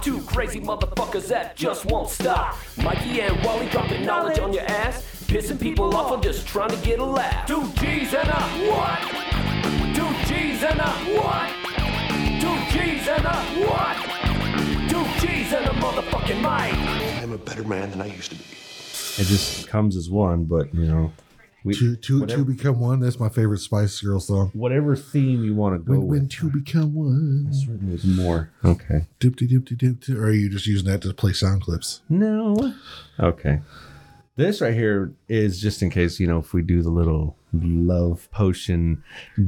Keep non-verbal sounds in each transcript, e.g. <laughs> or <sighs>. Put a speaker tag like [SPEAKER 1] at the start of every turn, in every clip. [SPEAKER 1] Two crazy motherfuckers that just won't stop. Mikey and Wally dropping knowledge on your ass. Pissing people off, I'm just trying to get a laugh. Two G's and a what? Two G's and a what? Two G's and a what? Two G's and a motherfucking mic.
[SPEAKER 2] I'm a better man than I used to be.
[SPEAKER 3] It just comes as one, but you know, we,
[SPEAKER 4] Two, two,
[SPEAKER 3] whatever,
[SPEAKER 4] two become one. That's my favorite Spice Girl song.
[SPEAKER 3] whatever theme you want to go
[SPEAKER 4] When, when
[SPEAKER 3] with.
[SPEAKER 4] two become one.
[SPEAKER 3] Certainly with more. Okay.
[SPEAKER 4] Doopty doopty doopty. Or are you just using that to play sound clips?
[SPEAKER 3] No. Okay. This right here is just in case, you know, if we do the little love potion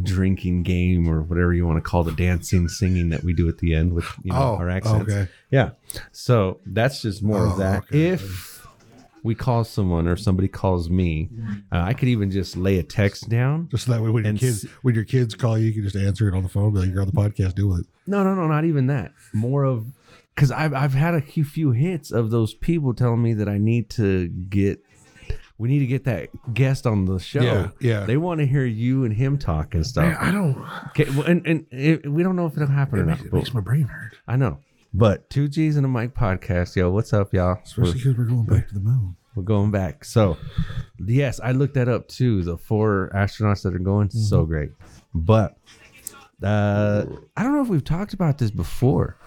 [SPEAKER 3] drinking game or whatever you want to call the dancing, singing that we do at the end with, you know,
[SPEAKER 4] Oh,
[SPEAKER 3] our accents.
[SPEAKER 4] okay.
[SPEAKER 3] Yeah. So that's just more
[SPEAKER 4] Oh,
[SPEAKER 3] of that.
[SPEAKER 4] okay.
[SPEAKER 3] If we call someone or if somebody calls me, uh, I could even just lay a text down.
[SPEAKER 4] Just so that way when your
[SPEAKER 3] And
[SPEAKER 4] kids
[SPEAKER 3] s-
[SPEAKER 4] when your kids call you, you can just answer it on the phone. Be like, you're on the podcast, deal with it.
[SPEAKER 3] No, no, no, not even that. More of because I've I've had a few few hits of those people telling me that I need to get we need to get that guest on the show.
[SPEAKER 4] Yeah, yeah.
[SPEAKER 3] They want to hear you and him talk and stuff.
[SPEAKER 4] I don't
[SPEAKER 3] okay, well, and and it, we don't know if it'll happen or not.
[SPEAKER 4] it
[SPEAKER 3] but-
[SPEAKER 4] makes my brain hurt.
[SPEAKER 3] I know, but two G's and a mic podcast, yo. What's up, y'all? We're,
[SPEAKER 4] Especially because we're going back to the moon.
[SPEAKER 3] we're going back. So, yes, I looked that up too. The four astronauts that are going, so great. But uh, I don't know if we've talked about this before,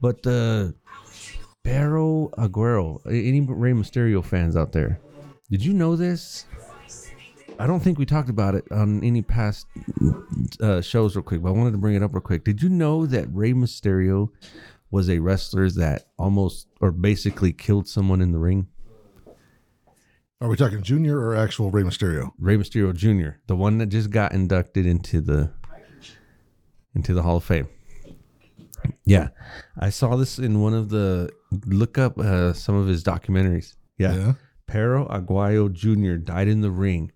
[SPEAKER 3] but the Barrow Aguero. Any Rey Mysterio fans out there? Did you know this? I don't think we talked about it on any past uh, shows real quick, but I wanted to bring it up real quick. Did you know that Rey Mysterio was a wrestler that almost or basically killed someone in the ring?
[SPEAKER 4] Are we talking junior or actual Rey Mysterio?
[SPEAKER 3] Rey Mysterio Jr., the one that just got inducted into the into the Hall of Fame. Yeah, I saw this in one of the look up uh, some of his documentaries. Yeah.
[SPEAKER 4] Yeah.
[SPEAKER 3] Pero Aguayo Jr. died in the ring.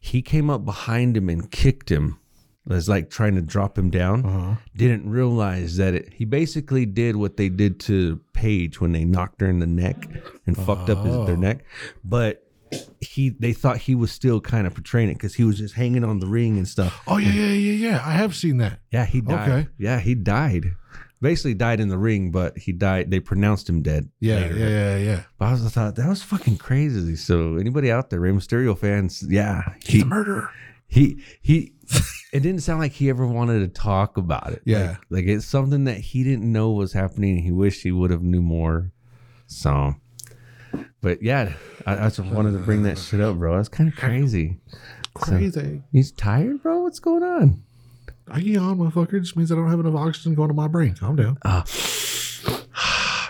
[SPEAKER 3] He came up behind him and kicked him. Was like trying to drop him down.
[SPEAKER 4] Uh-huh.
[SPEAKER 3] Didn't realize that it, he basically did what they did to Paige when they knocked her in the neck and fucked up his,
[SPEAKER 4] Oh.
[SPEAKER 3] their neck. But he they thought he was still kind of portraying it because he was just hanging on the ring and stuff.
[SPEAKER 4] Oh yeah, yeah, yeah, yeah. I have seen that.
[SPEAKER 3] Yeah, he died.
[SPEAKER 4] Okay.
[SPEAKER 3] Yeah, he died. Basically died in the ring, but he died. They pronounced him dead.
[SPEAKER 4] Yeah,
[SPEAKER 3] later.
[SPEAKER 4] yeah, yeah, yeah.
[SPEAKER 3] But I was I thought that was fucking crazy. So anybody out there, Rey Mysterio fans, yeah,
[SPEAKER 4] He's
[SPEAKER 3] he
[SPEAKER 4] a murderer.
[SPEAKER 3] he he. It didn't sound like he ever wanted to talk about it.
[SPEAKER 4] Yeah.
[SPEAKER 3] like, like it's something that he didn't know was happening. and He wished he would have knew more. So, but yeah, I, I just wanted to bring that shit up, bro. That's kind of crazy.
[SPEAKER 4] Crazy.
[SPEAKER 3] He's tired, bro. What's going on?
[SPEAKER 4] I yawn, motherfucker. It just means I don't have enough oxygen going to my brain. Calm down.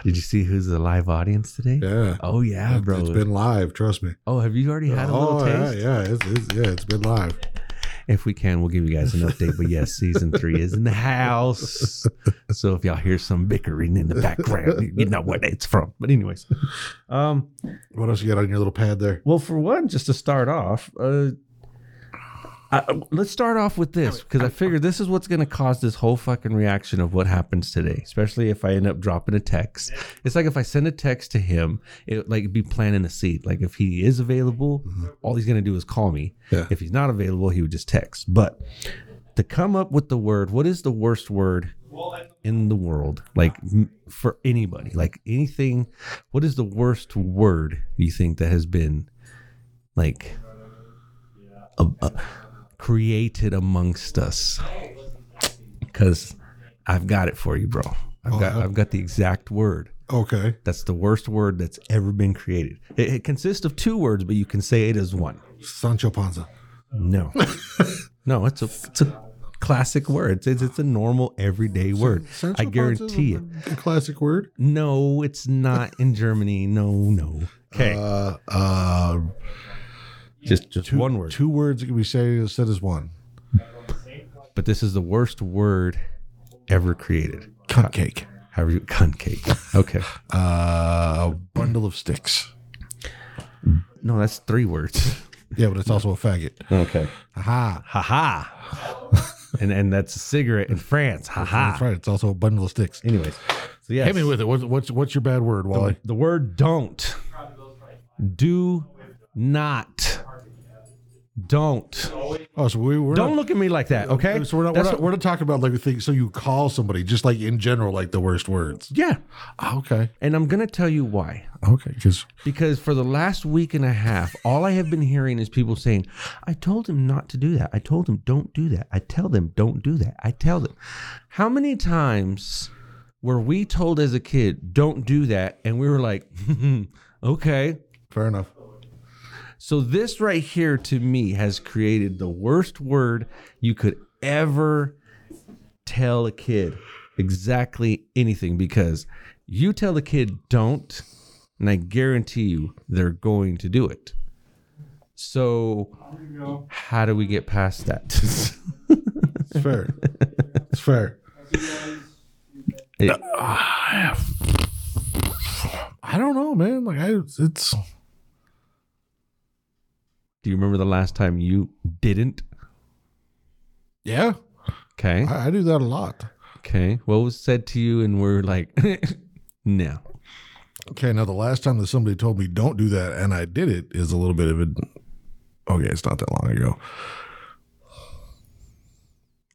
[SPEAKER 3] Did you see who's the live audience today?
[SPEAKER 4] Yeah.
[SPEAKER 3] Oh yeah, bro.
[SPEAKER 4] It's been live, trust me.
[SPEAKER 3] oh, have you already had a little
[SPEAKER 4] oh
[SPEAKER 3] taste?
[SPEAKER 4] yeah, yeah. It's, it's, yeah, it's been live.
[SPEAKER 3] If we can, we'll give you guys an update. But yes, season three is in the house. So if y'all hear some bickering in the background, you know what it's from. But anyways, um,
[SPEAKER 4] What else you got on your little pad there?
[SPEAKER 3] well, for one, just to start off, uh, I, let's start off with this because I figure this is what's going to cause this whole fucking reaction of what happens today. Especially if I end up dropping a text. It's like if I send a text to him, it like be planting a seed. Like if he is available, all he's going to do is call me.
[SPEAKER 4] Yeah.
[SPEAKER 3] If he's not available, he would just text. But to come up with the word, what is the worst word in the world? Like m- for anybody, like anything, what is the worst word you think that has been like a, a- created amongst us? Because I've got it for you, bro.
[SPEAKER 4] Oh,
[SPEAKER 3] I've got I've got the exact word.
[SPEAKER 4] Okay.
[SPEAKER 3] That's the worst word that's ever been created. It, it consists of two words, but you can say it is one.
[SPEAKER 4] Sancho Panza.
[SPEAKER 3] No,
[SPEAKER 4] <laughs>
[SPEAKER 3] no, it's a it's a classic word. It's it's a normal everyday word. I guarantee it.
[SPEAKER 4] A classic word.
[SPEAKER 3] No, it's not in Germany. No, no. Okay,
[SPEAKER 4] Uh, uh,
[SPEAKER 3] just just one word.
[SPEAKER 4] two words that can be said, said as one.
[SPEAKER 3] But this is the worst word ever created.
[SPEAKER 4] Cunt cake.
[SPEAKER 3] However, you cunt cake. Okay,
[SPEAKER 4] Uh, a bundle of sticks.
[SPEAKER 3] no, that's three words.
[SPEAKER 4] Yeah, but it's also a faggot.
[SPEAKER 3] Okay,
[SPEAKER 4] Aha.
[SPEAKER 3] ha ha. <laughs> And and that's a cigarette in France. Ha ha.
[SPEAKER 4] That's right. It's also a bundle of sticks.
[SPEAKER 3] Anyways, so yeah,
[SPEAKER 4] Hit me with it. What's what's, what's your bad word, Wally?
[SPEAKER 3] the word don't do not Don't.
[SPEAKER 4] Oh, so we were
[SPEAKER 3] Don't look at me like that, okay?
[SPEAKER 4] So we're not, we're
[SPEAKER 3] That's
[SPEAKER 4] not,
[SPEAKER 3] what-
[SPEAKER 4] we're not talking about like things. So you call somebody just like in general, like the worst words.
[SPEAKER 3] yeah.
[SPEAKER 4] Ah, Okay.
[SPEAKER 3] And I'm going to tell you why.
[SPEAKER 4] Okay. Because
[SPEAKER 3] Because for the last week and a half, all I have been hearing is people saying, I told him not to do that. I told him don't do that. I tell them don't do that. I tell them. How many times were we told as a kid, don't do that? And we were like, <laughs> "Hmm, okay.
[SPEAKER 4] fair enough.
[SPEAKER 3] So this right here to me has created the worst word you could ever tell a kid exactly anything because you tell the kid don't and I guarantee you they're going to do it. So how do we get past that? <laughs>
[SPEAKER 4] It's fair. it's fair.
[SPEAKER 3] It-
[SPEAKER 4] I don't know, man. Like I, it's
[SPEAKER 3] do you remember the last time you didn't?
[SPEAKER 4] yeah.
[SPEAKER 3] Okay.
[SPEAKER 4] I, I do that a lot.
[SPEAKER 3] Okay. What was said to you and we're like <laughs> no.
[SPEAKER 4] Okay. Now the last time that somebody told me don't do that and I did it is a little bit of a. Okay, it's not that long ago.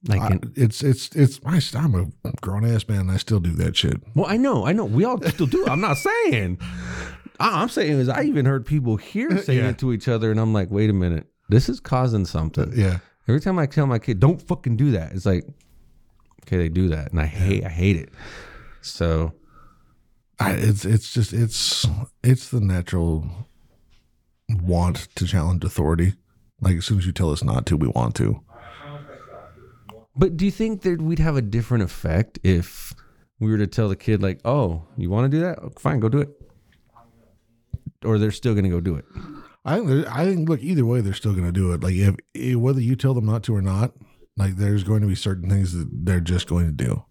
[SPEAKER 3] Like
[SPEAKER 4] I,
[SPEAKER 3] an-
[SPEAKER 4] it's it's it's. I, I'm a grown ass man. and I still do that shit.
[SPEAKER 3] Well, I know, I know. We all still do. I'm not saying. I- I'm saying is I even heard people here saying
[SPEAKER 4] Uh, Yeah.
[SPEAKER 3] it to each other, and I'm like, wait a minute, this is causing something.
[SPEAKER 4] Uh, Yeah.
[SPEAKER 3] Every time I tell my kid, don't fucking do that, it's like, okay, they do that, and I hate, I hate it. So
[SPEAKER 4] I, it's it's just it's it's the natural want to challenge authority. Like as soon as you tell us not to, we want to.
[SPEAKER 3] But do you think that we'd have a different effect if we were to tell the kid like, "Oh, you want to do that? Oh, Fine, go do it," or they're still gonna go do it?
[SPEAKER 4] I think there- I think look either way, they're still going to do it. Like if, eh, whether you tell them not to or not, like there's going to be certain things that they're just going to do.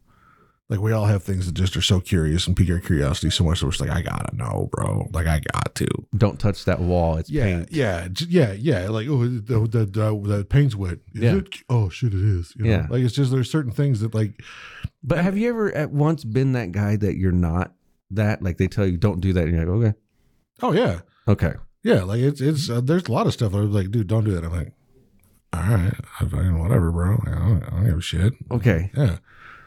[SPEAKER 4] Like we all have things that just are so curious and pique our curiosity so much that we're just like, I gotta know, bro. Like I got to.
[SPEAKER 3] Don't touch that wall. It's
[SPEAKER 4] Yeah,
[SPEAKER 3] paint.
[SPEAKER 4] yeah, j- yeah, yeah. Like oh, the the, the, the paint's wet. Is
[SPEAKER 3] Yeah.
[SPEAKER 4] it? Oh shit, it is. You know?
[SPEAKER 3] Yeah.
[SPEAKER 4] Like it's just there's certain things that like
[SPEAKER 3] But have you ever at once been that guy that you're not that? Like they tell you don't do that, and you're like,
[SPEAKER 4] oh yeah,
[SPEAKER 3] okay, okay.
[SPEAKER 4] Yeah, like it's it's uh, there's a lot of stuff. I was like, dude, don't do that. I'm like, all right, I fucking whatever, bro. Like, I, don't, I don't give a shit.
[SPEAKER 3] Okay.
[SPEAKER 4] Yeah,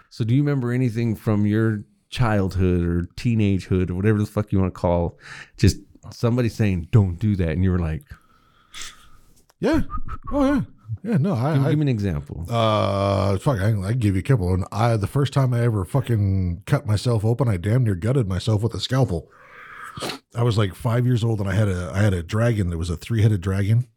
[SPEAKER 3] So do you remember anything from your childhood or teenagehood or whatever the fuck you want to call just somebody saying don't do that and you were like
[SPEAKER 4] yeah, oh yeah, yeah. No,
[SPEAKER 3] give,
[SPEAKER 4] I,
[SPEAKER 3] give me an example.
[SPEAKER 4] I uh, fuck, I, I can give you a couple. And I, the first time I ever fucking cut myself open, I damn near gutted myself with a scalpel. I was like five years old, and I had a I had a dragon that was a three headed dragon.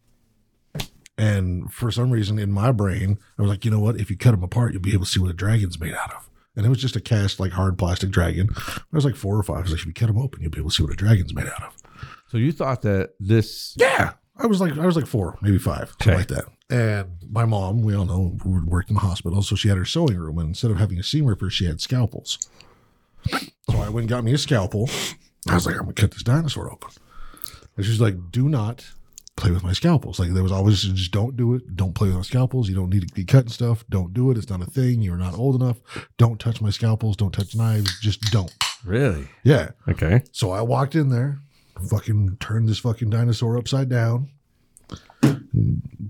[SPEAKER 4] And for some reason in my brain, I was like, you know what? If you cut them apart, you'll be able to see what a dragon's made out of. And it was just a cast, like hard plastic dragon. I was like four or five. I was like, if you cut them open, you'll be able to see what a dragon's made out of.
[SPEAKER 3] So you thought that this
[SPEAKER 4] Yeah. I was like, I was like four, maybe five, something
[SPEAKER 3] Okay.
[SPEAKER 4] like that. And my mom, we all know, w- worked in the hospital, so she had her sewing room, and instead of having a seam ripper, she had scalpels. So I went and got me a scalpel. I was like, I'm gonna cut this dinosaur open. And she's like, Do not play with my scalpels. Like there was always just don't do it. Don't play with my scalpels. You don't need to be cutting stuff. Don't do it. It's not a thing. You're not old enough. Don't touch my scalpels. Don't touch knives. Just don't.
[SPEAKER 3] really
[SPEAKER 4] Yeah.
[SPEAKER 3] okay
[SPEAKER 4] So I walked in there, fucking turned this fucking dinosaur upside down,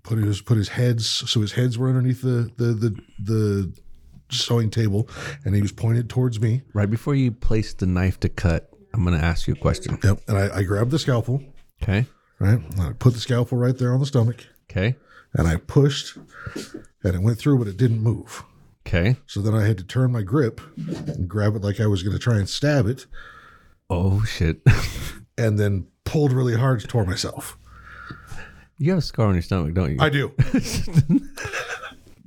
[SPEAKER 4] put his put his heads so his heads were underneath the the the, the sewing table, and he was pointed towards me.
[SPEAKER 3] right before you place the knife to cut I'm gonna ask you a question
[SPEAKER 4] Yep. And I, I grabbed the scalpel,
[SPEAKER 3] okay
[SPEAKER 4] right? And I put the scalpel right there on the stomach,
[SPEAKER 3] okay
[SPEAKER 4] and I pushed, and it went through, but it didn't move.
[SPEAKER 3] okay
[SPEAKER 4] So then I had to turn my grip and grab it like I was going to try and stab it,
[SPEAKER 3] oh shit <laughs>
[SPEAKER 4] and then pulled really hard to tore myself.
[SPEAKER 3] you have a scar on your stomach don't you <laughs>
[SPEAKER 4] I do.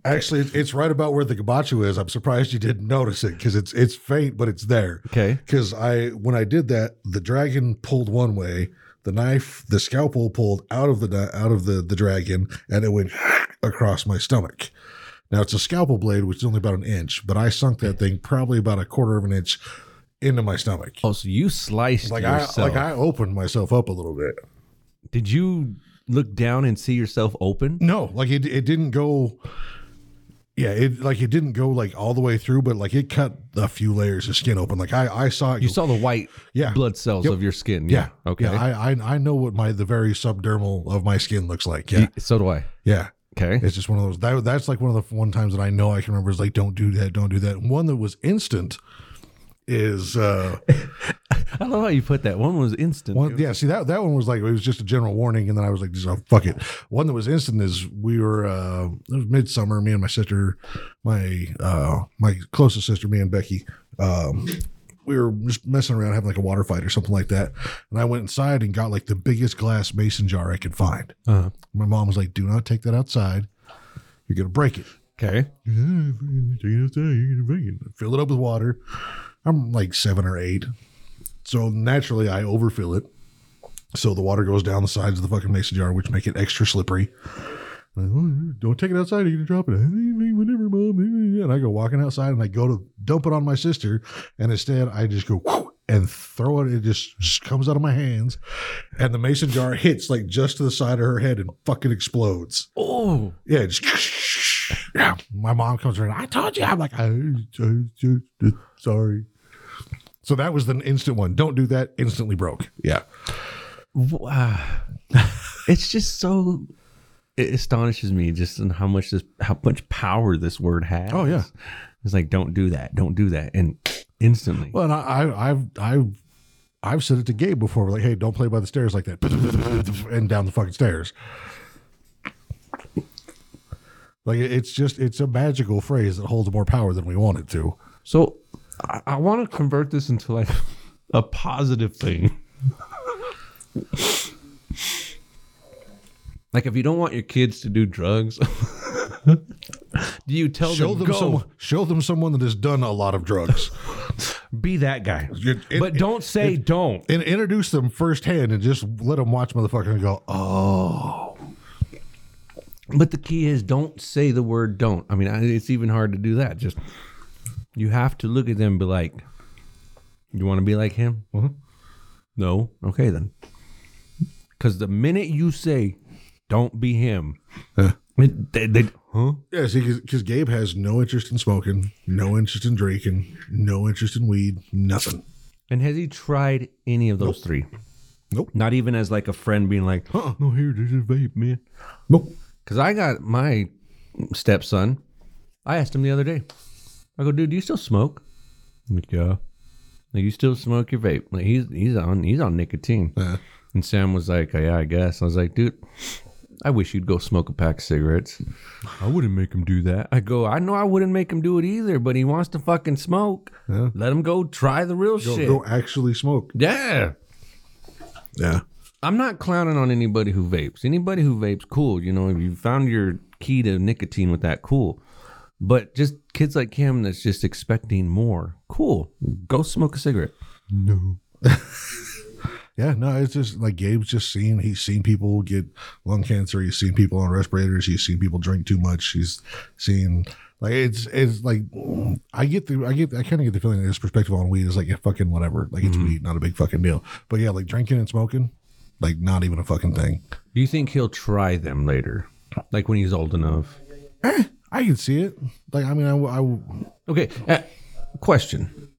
[SPEAKER 4] Actually, it's- it's right about where the gabacho is. I'm surprised you didn't notice it because it's it's faint, but it's there.
[SPEAKER 3] Okay.
[SPEAKER 4] Because I when I did that, the dragon pulled one way, the knife, the scalpel pulled out of the di- out of the the dragon, and it went <laughs> across my stomach. Now it's a scalpel blade, which is only about an inch, but I sunk that thing probably about a quarter of an inch into my stomach.
[SPEAKER 3] oh so you sliced
[SPEAKER 4] Like
[SPEAKER 3] yourself
[SPEAKER 4] I like I opened myself up a little bit.
[SPEAKER 3] did you look down and see yourself open
[SPEAKER 4] No, like it, it didn't go. yeah, it like it didn't go like all the way through, but like it cut a few layers of skin open. Like I, I saw it.
[SPEAKER 3] You
[SPEAKER 4] go-
[SPEAKER 3] saw the white
[SPEAKER 4] Yeah.
[SPEAKER 3] blood cells
[SPEAKER 4] Yep.
[SPEAKER 3] of your skin.
[SPEAKER 4] yeah,
[SPEAKER 3] Okay.
[SPEAKER 4] Yeah, I, I I know what my the very subdermal of my skin looks like. Yeah,
[SPEAKER 3] Y- so do I.
[SPEAKER 4] yeah.
[SPEAKER 3] Okay.
[SPEAKER 4] It's just one of those. That, that's like one of the one times that I know I can remember is like, don't do that, don't do that. One that was instant is uh
[SPEAKER 3] I love how you put that. One was instant.
[SPEAKER 4] one yeah see that that one was like it was just a general warning and then i was like just oh, fuck it one that was instant is we were uh it was midsummer me and my sister my uh my closest sister me and becky um we were just messing around having like a water fight or something like that and i went inside and got like the biggest glass mason jar i could find
[SPEAKER 3] Uh-huh.
[SPEAKER 4] my mom was like do not take that outside you're gonna break it
[SPEAKER 3] Okay.
[SPEAKER 4] yeah, fucking take it outside, you're gonna bring it. Fill it up with water. I'm like seven or eight. So naturally I overfill it. So the water goes down the sides of the fucking mason jar, which make it extra slippery. Like, "Oh, Don't take it outside, you're gonna drop it. Whatever, mom. And I go walking outside and I go to dump it on my sister, and instead I just go "Whew," and throw it. It just, just comes out of my hands, and the mason jar hits like just to the side of her head and fucking explodes.
[SPEAKER 3] Oh.
[SPEAKER 4] Yeah, just yeah. My mom comes around. I told you. I'm like, I, <laughs> I, I- sorry. So that was the instant one. Don't do that. Instantly broke. Yeah.
[SPEAKER 3] Wow. it's just so it astonishes me just in how much this how much power this word has.
[SPEAKER 4] Oh, yeah.
[SPEAKER 3] It's like don't do that, don't do that, and instantly.
[SPEAKER 4] Well, and I, I, I've, I've, I've said it to Gabe before. Like, hey, don't play by the stairs like that, <laughs> and down the fucking stairs. Like it- it's just it's a magical phrase that holds more power than we want it to.
[SPEAKER 3] So I, I want to convert this into like a positive thing. like if you don't want your kids to do drugs, <laughs> do you tell
[SPEAKER 4] Show
[SPEAKER 3] them,
[SPEAKER 4] them
[SPEAKER 3] go
[SPEAKER 4] someone. Show them someone that has done a lot of drugs.
[SPEAKER 3] be that guy?
[SPEAKER 4] It- it-
[SPEAKER 3] but don't say don't.
[SPEAKER 4] and introduce them firsthand and just let them watch motherfucker and go, oh,
[SPEAKER 3] But the key is don't say the word don't. I mean, I- it's even hard to do that. Just you have to look at them and be like, you want to be like him? No. Okay, then. Because the minute you say, don't be him, it- they, they- huh?
[SPEAKER 4] yeah, see, because Gabe has no interest in smoking, no interest in drinking, no interest in weed, nothing.
[SPEAKER 3] And has he tried any of those three?
[SPEAKER 4] Nope.
[SPEAKER 3] Not even as like a friend being like,
[SPEAKER 4] Uh-uh.
[SPEAKER 3] no, here, this is vape, man.
[SPEAKER 4] Nope.
[SPEAKER 3] Because I got my stepson. I asked him the other day. I go, dude, do you still smoke? I'm like, yeah. Like, you still smoke your vape? Like, he's he's on he's on nicotine. And Sam was like, oh, yeah, I guess. I was like, dude, I wish you'd go smoke a pack of cigarettes. I wouldn't make him do that. I go, I know I wouldn't make him do it either, but he wants to fucking smoke. Let him go try the real
[SPEAKER 4] Go,
[SPEAKER 3] shit.
[SPEAKER 4] go actually smoke.
[SPEAKER 3] Yeah.
[SPEAKER 4] Yeah.
[SPEAKER 3] I'm not clowning on anybody who vapes. Anybody who vapes, cool. You know, if you found your key to nicotine with that, cool. But just kids like him that's just expecting more, cool. Go smoke a cigarette.
[SPEAKER 4] <laughs> Yeah, no, it's just like Gabe's just seen he's seen people get lung cancer, he's seen people on respirators, he's seen people drink too much, he's seen like it's it's like I get the I get I kind of get the feeling that his perspective on weed is like yeah, fucking whatever, like
[SPEAKER 3] Mm-hmm.
[SPEAKER 4] it's weed, not a big fucking deal. But yeah, like drinking and smoking, like not even a fucking thing.
[SPEAKER 3] Do you think he'll try them later? Like when he's old enough?
[SPEAKER 4] I can see it. Like I mean, I, w- I w-
[SPEAKER 3] Okay. Uh, question.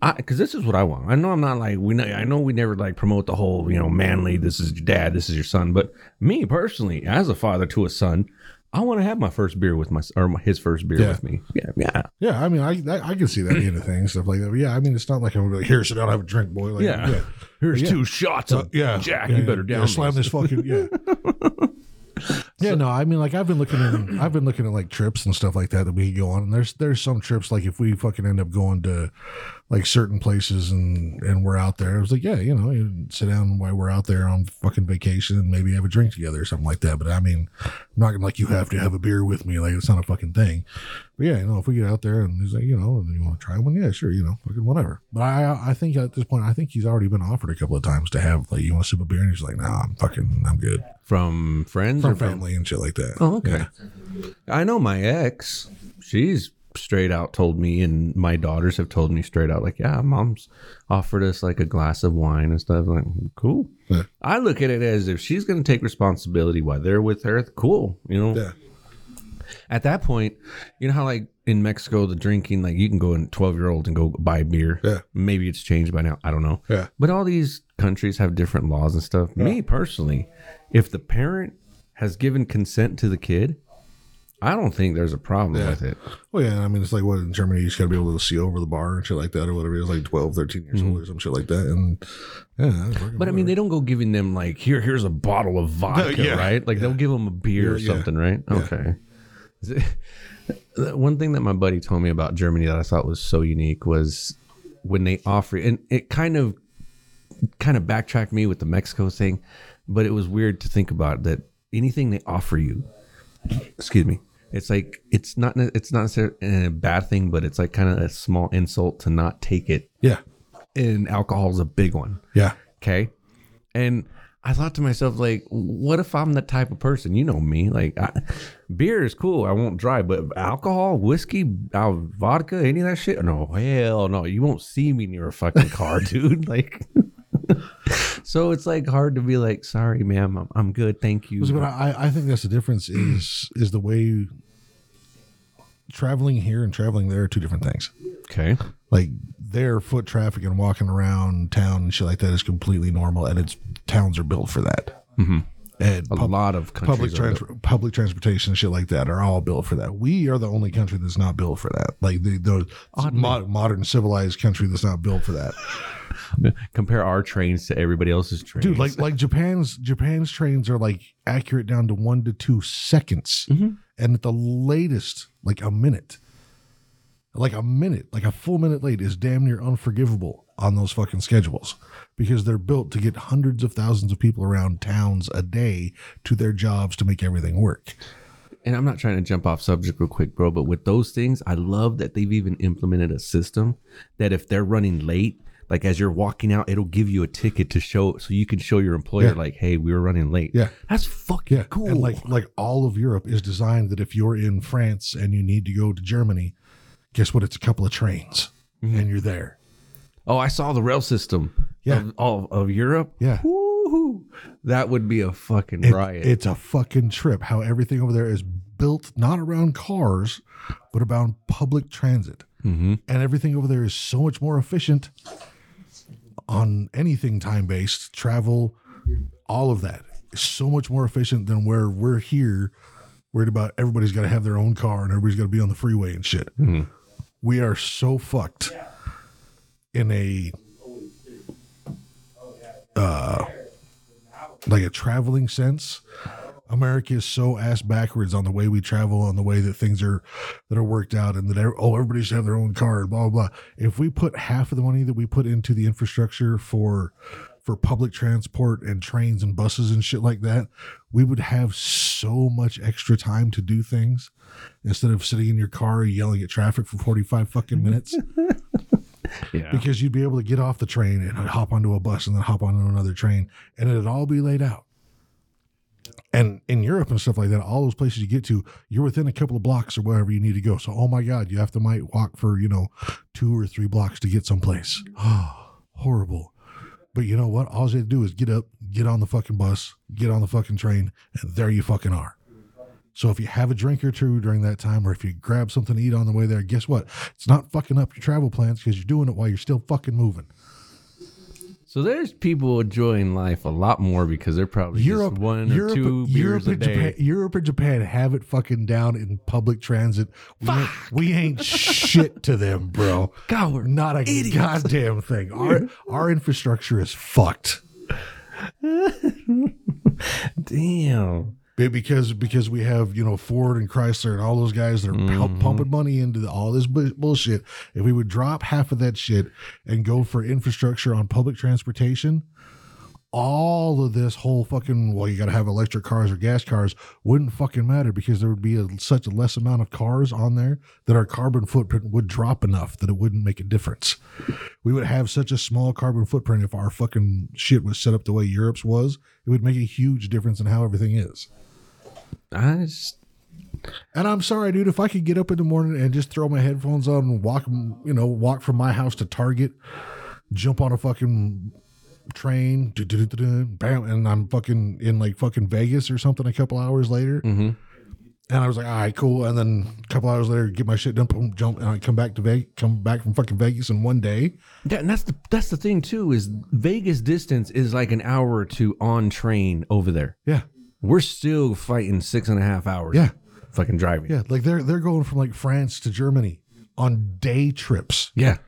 [SPEAKER 3] Because this is what I want. I know I'm not like we. Know, I know we never like promote the whole you know manly. This is your dad. This is your son. But me personally, as a father to a son, I want to have my first beer with my s- or my, his first beer
[SPEAKER 4] Yeah.
[SPEAKER 3] with me. Yeah, yeah,
[SPEAKER 4] yeah, I mean, I I, I can see that being a thing, stuff like that. But yeah, I mean, it's not like I'm gonna be like here, sit down, have a drink, boy. Like,
[SPEAKER 3] yeah. Here's two shots of
[SPEAKER 4] Uh, Yeah,
[SPEAKER 3] Jack.
[SPEAKER 4] yeah,
[SPEAKER 3] you better
[SPEAKER 4] yeah,
[SPEAKER 3] down.
[SPEAKER 4] yeah, slam
[SPEAKER 3] these.
[SPEAKER 4] this
[SPEAKER 3] <laughs>
[SPEAKER 4] fucking yeah. yeah, no, I mean, like I've been looking at I've been looking at like trips and stuff like that that we could go on, and there's there's some trips like if we fucking end up going to like certain places and and we're out there, it was like yeah, you know, you sit down while we're out there on fucking vacation and maybe have a drink together or something like that. But I mean, I'm not gonna like you have to have a beer with me, like it's not a fucking thing. But yeah, you know, if we get out there and he's like, you know, you want to try one? Yeah, sure, you know, fucking whatever. But I, I think at this point, I think he's already been offered a couple of times to have like, you want to sip a beer? And he's like, nah, I'm fucking, I'm good.
[SPEAKER 3] from friends or
[SPEAKER 4] From
[SPEAKER 3] from-
[SPEAKER 4] family and shit like that.
[SPEAKER 3] Oh, okay.
[SPEAKER 4] Yeah.
[SPEAKER 3] I know my ex. She's straight out told me, and my daughters have told me straight out, like, yeah, mom's offered us like a glass of wine and stuff. Like, cool.
[SPEAKER 4] Yeah.
[SPEAKER 3] I look at it as if she's going to take responsibility while they're with her. Cool. You know,
[SPEAKER 4] Yeah.
[SPEAKER 3] At that point, you know how like in Mexico the drinking like you can go in 12 year old and go buy beer.
[SPEAKER 4] Yeah.
[SPEAKER 3] Maybe it's changed by now, I don't know.
[SPEAKER 4] Yeah.
[SPEAKER 3] But all these countries have different laws and stuff. Me personally, if the parent has given consent to the kid, I don't think there's a problem with it.
[SPEAKER 4] Well, yeah, I mean, it's like what in Germany, you just got to be able to see over the bar and shit like that, or whatever. It's like 12, 13 years old or some shit like that. And yeah, it's fucking
[SPEAKER 3] But I mean, they don't go giving them like here, here's a bottle of vodka,
[SPEAKER 4] yeah,
[SPEAKER 3] right? Like they'll give them a beer or
[SPEAKER 4] Yeah, yeah.
[SPEAKER 3] something, right? Okay. Is <laughs> it- One thing that my buddy told me about Germany that I thought was so unique was when they offer, and it kind of, kind of backtracked me with the Mexico thing, but it was weird to think about that anything they offer you, excuse me, it's like it's not it's not necessarily a bad thing, but it's like kind of a small insult to not take it.
[SPEAKER 4] yeah,
[SPEAKER 3] And alcohol is a big one.
[SPEAKER 4] yeah,
[SPEAKER 3] Okay. And I thought to myself, like, what if I'm the type of person, you know me, like, I, beer is cool. I won't drive, but alcohol, whiskey, al- vodka, any of that shit? No, hell no. You won't see me near a fucking car, <laughs> dude. Like, so it's like hard to be like, sorry, ma'am, I'm, I'm good. Thank you.
[SPEAKER 4] But I, I think that's the difference is is the way traveling here and traveling there are two different things.
[SPEAKER 3] Okay.
[SPEAKER 4] Like their foot traffic and walking around town and shit like that is completely normal, and it's towns are built for that. Mm-hmm. And
[SPEAKER 3] A
[SPEAKER 4] pub-
[SPEAKER 3] lot of countries.
[SPEAKER 4] public
[SPEAKER 3] are
[SPEAKER 4] trans- public transportation and shit like that are all built for that. We are the only country that's not built for that. Like the, the mod- modern civilized country that's not built for that.
[SPEAKER 3] built- <laughs> compare our trains to everybody else's trains.
[SPEAKER 4] Dude, like like Japan's Japan's trains are like accurate down to 1 to 2 seconds. And at the latest like a minute. Like a minute, like a full minute late is damn near unforgivable on those fucking schedules because they're built to get hundreds of thousands of people around towns a day to their jobs to make everything work.
[SPEAKER 3] and I'm not trying to jump off subject real quick, bro, but with those things, I love that they've even implemented a system that if they're running late, like as you're walking out, it'll give you a ticket to show so you can show your employer,
[SPEAKER 4] Yeah.
[SPEAKER 3] like, hey, we were running late.
[SPEAKER 4] Yeah.
[SPEAKER 3] That's fucking
[SPEAKER 4] Yeah,
[SPEAKER 3] cool.
[SPEAKER 4] and like like all of Europe is designed that if you're in France and you need to go to Germany, guess what? It's a couple of trains, and you're there.
[SPEAKER 3] oh, I saw the rail system
[SPEAKER 4] Yeah.
[SPEAKER 3] of, all of Europe.
[SPEAKER 4] Yeah.
[SPEAKER 3] Woohoo. That would be a fucking
[SPEAKER 4] It-
[SPEAKER 3] riot.
[SPEAKER 4] It's a fucking trip. How everything over there is built not around cars, but around public transit,
[SPEAKER 3] Mm-hmm.
[SPEAKER 4] and everything over there is so much more efficient on anything time based travel. All of that is so much more efficient than where we're here, worried about everybody's got to have their own car and everybody's got to be on the freeway and shit.
[SPEAKER 3] Mm-hmm.
[SPEAKER 4] we are so fucked in a uh like a traveling sense america is so ass backwards on the way we travel on the way that things are that are worked out and that ev- oh everybody should have their own car and blah blah blah if we put half of the money that we put into the infrastructure for for public transport and trains and buses and shit like that we would have so much extra time to do things instead of sitting in your car yelling at traffic for 45 fucking minutes
[SPEAKER 3] yeah.
[SPEAKER 4] because you'd be able to get off the train and hop onto a bus and then hop onto another train and it'd all be laid out. And in Europe and stuff like that, all those places you get to, you're within a couple of blocks or wherever you need to go. So, oh my God, you have to might walk for, you know, two or three blocks to get someplace. <gasps> horrible. But you know what? All you have to do is get up, get on the fucking bus, get on the fucking train, and there you fucking are. So if you have a drink or two during that time, or if you grab something to eat on the way there, guess what? It's not fucking up your travel plans because you're doing it while you're still fucking moving.
[SPEAKER 3] So there's people enjoying life a lot more because they're probably
[SPEAKER 4] Europe,
[SPEAKER 3] just one or
[SPEAKER 4] Europe,
[SPEAKER 3] two beers
[SPEAKER 4] Europe,
[SPEAKER 3] a
[SPEAKER 4] and
[SPEAKER 3] day.
[SPEAKER 4] Japan, Europe and Japan have it fucking down in public transit. We ain't,
[SPEAKER 3] <laughs>
[SPEAKER 4] we ain't shit to them, bro.
[SPEAKER 3] God, we're
[SPEAKER 4] not a goddamn thing. Our our infrastructure is fucked.
[SPEAKER 3] Damn.
[SPEAKER 4] Be- because because we have you know Ford and Chrysler and all those guys that are pu- pumping money into the, all this bu- bullshit. If we would drop half of that shit and go for infrastructure on public transportation, all of this whole fucking well, you got to have electric cars or gas cars wouldn't fucking matter because there would be a, such a less amount of cars on there that our carbon footprint would drop enough that it wouldn't make a difference. We would have such a small carbon footprint if our fucking shit was set up the way Europe's was. It would make a huge difference in how everything is.
[SPEAKER 3] I just,
[SPEAKER 4] And I'm sorry, dude. If I could get up in the morning and just throw my headphones on and walk, you know, walk from my house to Target, jump on a fucking train, du-du-du-du-du, bam, and I'm fucking in like fucking Vegas or something a couple hours later. And I was like, all right, cool. And then a couple hours later, get my shit done, boom, jump, and I come back to Vegas, come back from fucking Vegas in one day.
[SPEAKER 3] That, and that's the that's the thing too is Vegas distance is like an hour or two on train over there.
[SPEAKER 4] Yeah,
[SPEAKER 3] We're still fighting six and a half hours.
[SPEAKER 4] Yeah.
[SPEAKER 3] fucking driving.
[SPEAKER 4] yeah. Like they're they're going from like France to Germany on day trips.
[SPEAKER 3] Yeah.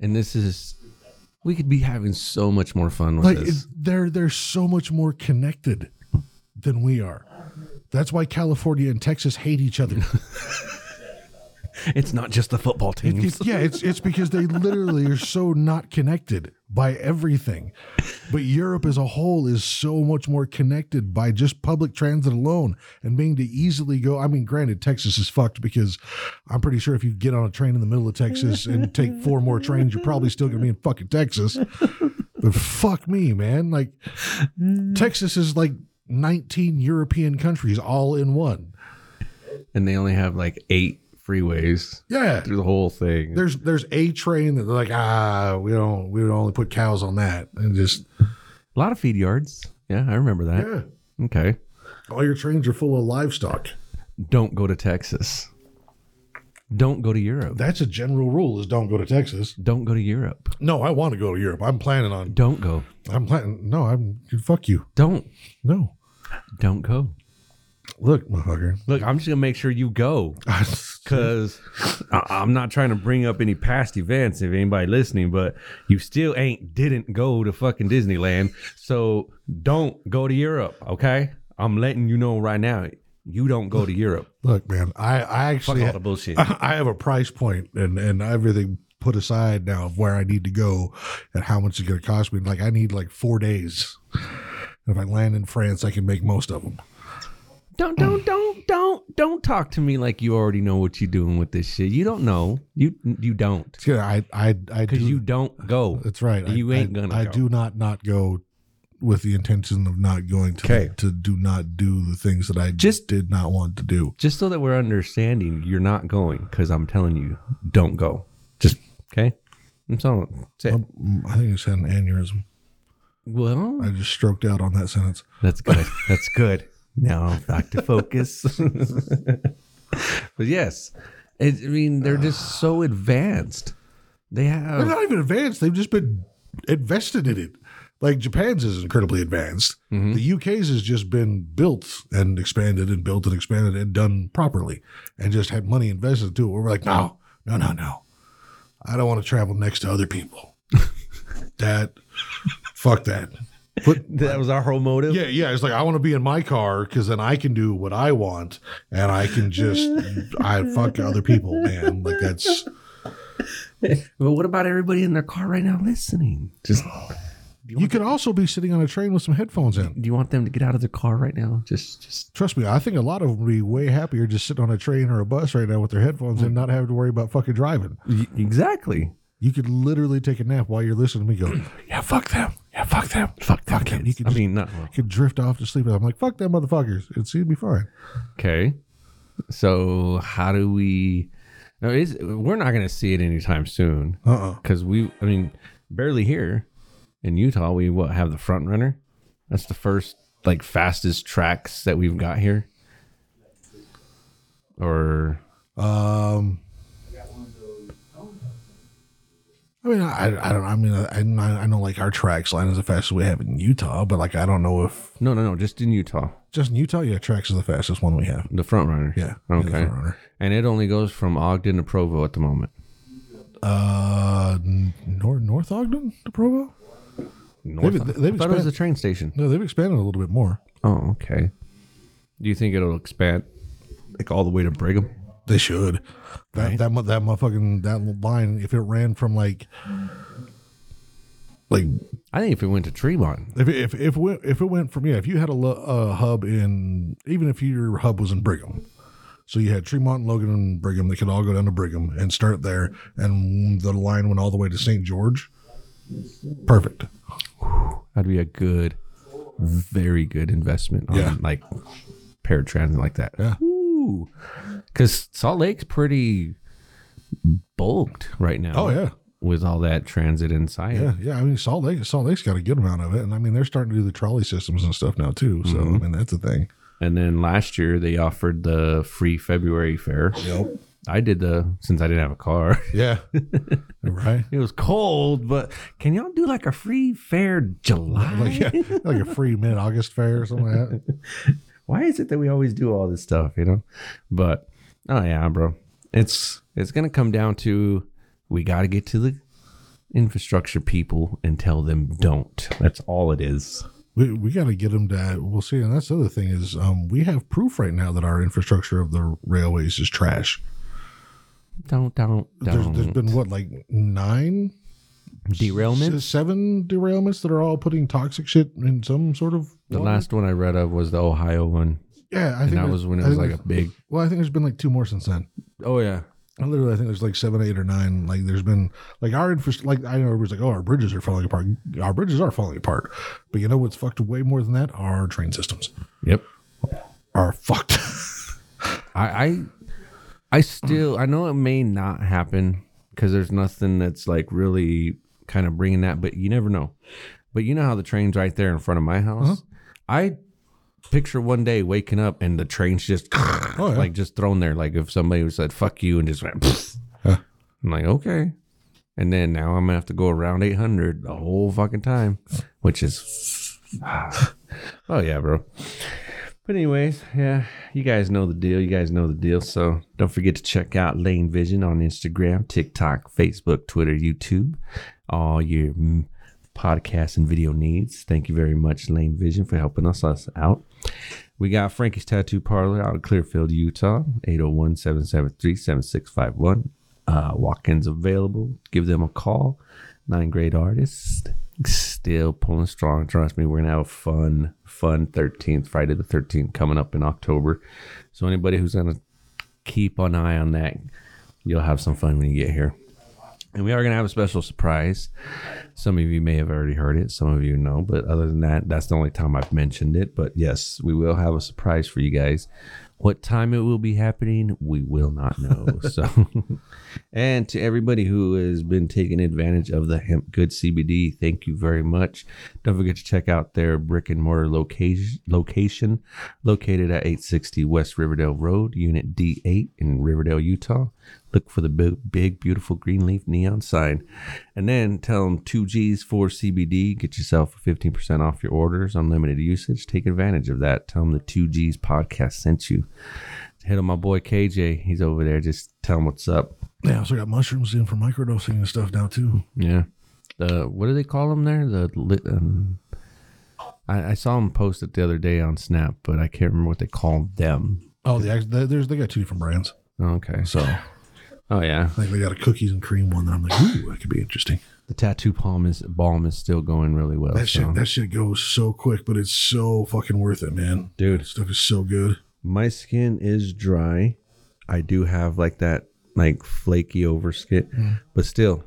[SPEAKER 3] And this is, we could be having so much more fun with
[SPEAKER 4] Like
[SPEAKER 3] this.
[SPEAKER 4] it, they're they're so much more connected than we are. That's why California and Texas hate each other.
[SPEAKER 3] it's not just the football teams. <laughs>
[SPEAKER 4] It's- yeah, it's it's because they literally are so not connected by everything. But Europe as a whole is so much more connected by just public transit alone and being to easily go. I mean, granted, Texas is fucked because I'm pretty sure if you get on a train in the middle of Texas and take four more trains, you're probably still gonna be in fucking Texas. But fuck me, man. Like Texas is like 19 European countries all in one.
[SPEAKER 3] and they only have like eight freeways
[SPEAKER 4] Yeah.
[SPEAKER 3] through the whole thing.
[SPEAKER 4] there's there's a train that they're like ah we don't we would only put cows on that and just
[SPEAKER 3] a lot of feed yards. Yeah, I remember that.
[SPEAKER 4] yeah
[SPEAKER 3] Okay.
[SPEAKER 4] all your trains are full of livestock
[SPEAKER 3] Don't go to Texas. Don't go to Europe.
[SPEAKER 4] that's a general rule is don't go to texas
[SPEAKER 3] Don't go to Europe.
[SPEAKER 4] no i want to go to europe i'm planning on
[SPEAKER 3] Don't go.
[SPEAKER 4] i'm planning no i'm fuck you
[SPEAKER 3] Don't.
[SPEAKER 4] no
[SPEAKER 3] Don't go.
[SPEAKER 4] look motherfucker
[SPEAKER 3] Look, I'm just going to make sure you go. Cause I- I'm not trying to bring up any past events if anybody listening, but you still ain't didn't go to fucking Disneyland, so don't go to Europe, okay? I'm letting you know right now, you don't go to
[SPEAKER 4] <laughs>
[SPEAKER 3] Europe.
[SPEAKER 4] <laughs> look man i i
[SPEAKER 3] Fuck
[SPEAKER 4] actually
[SPEAKER 3] all the bullshit.
[SPEAKER 4] <laughs> I have a price point and and everything put aside now of where I need to go and how much it's going to cost me. Like I need like four days. If I land in France, I can make most of them.
[SPEAKER 3] Don't don't don't don't don't talk to me like you already know what you're doing with this shit. You don't know. You you don't
[SPEAKER 4] Yeah, I I I do.
[SPEAKER 3] because you don't go.
[SPEAKER 4] that's right. I-
[SPEAKER 3] You
[SPEAKER 4] I,
[SPEAKER 3] ain't gonna.
[SPEAKER 4] I
[SPEAKER 3] go.
[SPEAKER 4] do not not go with the intention of not going to
[SPEAKER 3] Okay.
[SPEAKER 4] to do not do the things that I
[SPEAKER 3] Just-
[SPEAKER 4] just did not want to do.
[SPEAKER 3] just so that we're understanding you're not going because i'm telling you don't go just okay i'm telling that's it.
[SPEAKER 4] Mm, I think it's had an aneurysm.
[SPEAKER 3] well
[SPEAKER 4] I just stroked out on that sentence.
[SPEAKER 3] that's good that's good now i'm back to focus <laughs> but yes it, i mean they're just so advanced they
[SPEAKER 4] They're
[SPEAKER 3] have
[SPEAKER 4] not even advanced. They've just been invested in it. Like Japan's is incredibly advanced. The UK's has just been built and expanded and built and expanded and done properly and just had money invested into it. We're like, no, no, no, no. I don't want to travel next to other people. that, fuck that. Put,
[SPEAKER 3] that was our whole motive
[SPEAKER 4] yeah, yeah. It's like I want to be in my car because then I can do what I want and I can just I fuck other people, man. Like that's
[SPEAKER 3] but what about everybody in their car right now listening just
[SPEAKER 4] you could also be sitting on a train with some headphones in.
[SPEAKER 3] do you want them to get out of their car right now just just
[SPEAKER 4] Trust me, I think a lot of them would be way happier just sitting on a train or a bus right now with their headphones and not having to worry about fucking driving.
[SPEAKER 3] exactly
[SPEAKER 4] You could literally take a nap while you're listening to me go, <clears throat> yeah, fuck them. Yeah, fuck them. Fuck them. Fuck them. You could,
[SPEAKER 3] i
[SPEAKER 4] just-
[SPEAKER 3] mean not
[SPEAKER 4] you could drift off to sleep. I'm like, fuck them motherfuckers. It's, you'd be fine.
[SPEAKER 3] Okay. So how do we? No, is we're not going to see it anytime soon
[SPEAKER 4] Uh-uh.
[SPEAKER 3] because we. I mean, barely here in Utah, we what have the front runner. That's the first like fastest tracks that we've got here. Or
[SPEAKER 4] Um, I mean, I, I don't. I mean, I, I know like our tracks line is the fastest we have in Utah, but like I don't know if
[SPEAKER 3] no, no, no, just in Utah,
[SPEAKER 4] just in Utah, yeah, tracks is the fastest one we have.
[SPEAKER 3] the front runner.
[SPEAKER 4] Yeah. yeah, the
[SPEAKER 3] Okay.
[SPEAKER 4] front runner.
[SPEAKER 3] and it only goes from Ogden to Provo at the moment.
[SPEAKER 4] Uh, n- north North Ogden to Provo.
[SPEAKER 3] North.
[SPEAKER 4] They've- they've
[SPEAKER 3] I thought it was
[SPEAKER 4] expanded-
[SPEAKER 3] the train station.
[SPEAKER 4] No, they've expanded a little bit more.
[SPEAKER 3] Oh, okay. Do you think it'll expand like all the way to Brigham?
[SPEAKER 4] They should. That that mu- that motherfucking that line. If it ran from like, like
[SPEAKER 3] I think if it went to Tremont,
[SPEAKER 4] if it, if if it went, if it went from yeah, if you had a, lo- a hub in even if your hub was in Brigham, so you had Tremont, Logan, and Brigham, they could all go down to Brigham and start there, and the line went all the way to St. George. Perfect.
[SPEAKER 3] that'd be a good, very good investment on
[SPEAKER 4] Yeah.
[SPEAKER 3] like paratransit like that.
[SPEAKER 4] Yeah.
[SPEAKER 3] Ooh, because Salt Lake's pretty bulked right now.
[SPEAKER 4] Oh yeah,
[SPEAKER 3] with all that transit inside.
[SPEAKER 4] yeah, yeah. I mean Salt Mm-hmm. Lake, Salt Lake's got a good amount of it, and I mean they're starting to do the trolley systems and stuff now too. So I mean that's a thing.
[SPEAKER 3] And then last year they offered the free February fare.
[SPEAKER 4] Yep.
[SPEAKER 3] I did the since I didn't have a car. <laughs>
[SPEAKER 4] Yeah. <laughs> right.
[SPEAKER 3] It was cold, but can y'all do like a free fair July? <laughs>
[SPEAKER 4] Like, yeah, like a free mid August fair or something like that.
[SPEAKER 3] Why is it that we always do all this stuff, you know? But oh yeah, bro. It's it's gonna come down to we gotta get to the infrastructure people and tell them don't. That's all it is.
[SPEAKER 4] We, we got to get them to. We'll see. And that's the other thing is, um, we have proof right now that our infrastructure of the railways is trash.
[SPEAKER 3] Don't don't
[SPEAKER 4] There's,
[SPEAKER 3] don't
[SPEAKER 4] there's been what like nine,
[SPEAKER 3] derailment.
[SPEAKER 4] s- seven derailments that are all putting toxic shit in some sort of.
[SPEAKER 3] The
[SPEAKER 4] water?
[SPEAKER 3] last one I read of was the Ohio one.
[SPEAKER 4] yeah, I
[SPEAKER 3] And
[SPEAKER 4] think
[SPEAKER 3] that
[SPEAKER 4] there's-
[SPEAKER 3] was when it
[SPEAKER 4] I
[SPEAKER 3] was
[SPEAKER 4] think
[SPEAKER 3] like a
[SPEAKER 4] there's-
[SPEAKER 3] big
[SPEAKER 4] Well, I think there's been like two more since then.
[SPEAKER 3] Oh yeah.
[SPEAKER 4] I literally, I think there's like seven, eight, or nine. Like, there's been like our infrastructure. Like, I know everybody's like, "Oh, our bridges are falling apart. Our bridges are falling apart." But you know what's fucked way more than that? Our train systems
[SPEAKER 3] Yep.
[SPEAKER 4] are fucked. <laughs>
[SPEAKER 3] I I, I still I know it may not happen because there's nothing that's like really kind of bringing that, but you never know. But you know how the train's right there in front of my house. I picture one day waking up and the train's just <laughs>
[SPEAKER 4] Oh, yeah.
[SPEAKER 3] like just thrown there, like if somebody said "fuck you" and just went. I'm like okay. And then now I'm gonna have to go around 800 the whole fucking time, which is, <sighs> oh yeah, bro. But anyways, yeah, you guys know the deal. You guys know the deal. So don't forget to check out Lane Vision on Instagram, TikTok, Facebook, Twitter, YouTube, all your mm, podcast and video needs. Thank you very much, Lane Vision, for helping us us out. We got Frankie's Tattoo Parlor out of Clearfield, Utah, 801 773 7651. Walk ins Uh, available. Give them a call. Nine great artists. Still pulling strong. Trust me, we're going to have a fun, fun 13th, Friday the 13th coming up in October. So, anybody who's going to keep an eye on that, you'll have some fun when you get here. And we are going to have a special surprise. Some of you may have already heard it, some of you know, but other than that, that's the only time I've mentioned it. But yes, we will have a surprise for you guys. What time it will be happening, we will not know. <laughs> so, and to everybody who has been taking advantage of the Hemp Good CBD, thank you very much. Don't forget to check out their brick and mortar location, location located at 860 West Riverdale Road, Unit D8 in Riverdale, Utah. Look for the big, big beautiful green leaf neon sign. And then tell them 2G's for CBD. Get yourself 15% off your orders, unlimited usage. Take advantage of that. Tell them the 2G's podcast sent you. Hit on my boy KJ. He's over there. Just tell him what's up.
[SPEAKER 4] They also got mushrooms in for microdosing and stuff now too.
[SPEAKER 3] Yeah. The what do they call them there? The lit. Um, I, I saw him post it the other day on Snap, but I can't remember what they call them.
[SPEAKER 4] Oh, the act- they- there's they got two different brands.
[SPEAKER 3] Okay.
[SPEAKER 4] So I
[SPEAKER 3] Oh yeah.
[SPEAKER 4] think they got a cookies and cream one that I'm like, ooh, that could be interesting.
[SPEAKER 3] The tattoo palm is balm is still going really well.
[SPEAKER 4] That
[SPEAKER 3] so.
[SPEAKER 4] shit, that shit goes so quick, but it's so fucking worth it, man.
[SPEAKER 3] Dude.
[SPEAKER 4] stuff is so good.
[SPEAKER 3] My skin is dry. I do have like that like flaky over skin, but still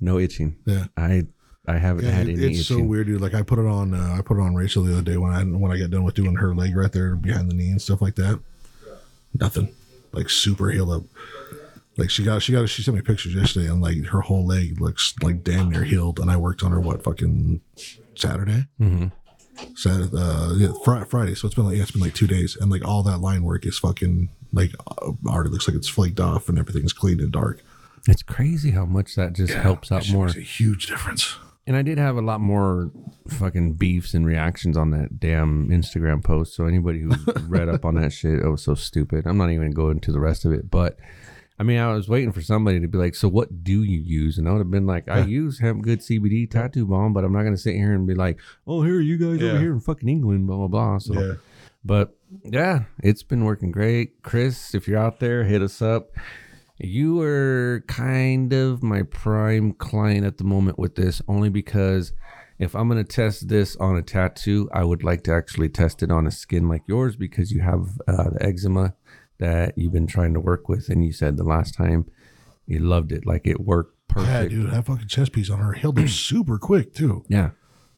[SPEAKER 3] no itching.
[SPEAKER 4] Yeah.
[SPEAKER 3] I I haven't
[SPEAKER 4] Yeah,
[SPEAKER 3] had
[SPEAKER 4] it-
[SPEAKER 3] any
[SPEAKER 4] it's
[SPEAKER 3] itching.
[SPEAKER 4] so weird, dude. Like I put it on, uh, I put it on Rachel the other day when I when I got done with doing her leg right there behind the knee and stuff like that. Nothing, like super healed up. Like she got, she got, she sent me pictures yesterday, and like her whole leg looks like damn near healed. And I worked on her what fucking Saturday, mm-hmm. Saturday, uh, yeah, Fri Friday. So it's been like yeah, it's been like two days, and like all that line work is fucking like uh, already looks like it's flaked off, and everything's clean and dark.
[SPEAKER 3] It's crazy how much that just helps out
[SPEAKER 4] It
[SPEAKER 3] more.
[SPEAKER 4] makes a huge difference.
[SPEAKER 3] And I did have a lot more fucking beefs and reactions on that damn Instagram post. So anybody
[SPEAKER 4] <laughs>
[SPEAKER 3] who read up on that shit, oh, so stupid. I'm not even going into the rest of it. But I mean, I was waiting for somebody to be like, "So what do you use?" And I would have been like, "I use hemp good CBD tattoo balm," but I'm not gonna sit here and be like, "Oh, here are you guys over
[SPEAKER 4] Yeah.
[SPEAKER 3] here in fucking England, blah blah blah." So,
[SPEAKER 4] Yeah.
[SPEAKER 3] but yeah, it's been working great, Chris. If you're out there, hit us up. You were kind of my prime client at the moment with this, only because if I'm going to test this on a tattoo, I would like to actually test it on a skin like yours because you have uh, the eczema that you've been trying to work with. And you said the last time you loved it, like it worked
[SPEAKER 4] Yeah,
[SPEAKER 3] perfect.
[SPEAKER 4] dude, that fucking chest piece on her healed up super quick too.
[SPEAKER 3] Yeah.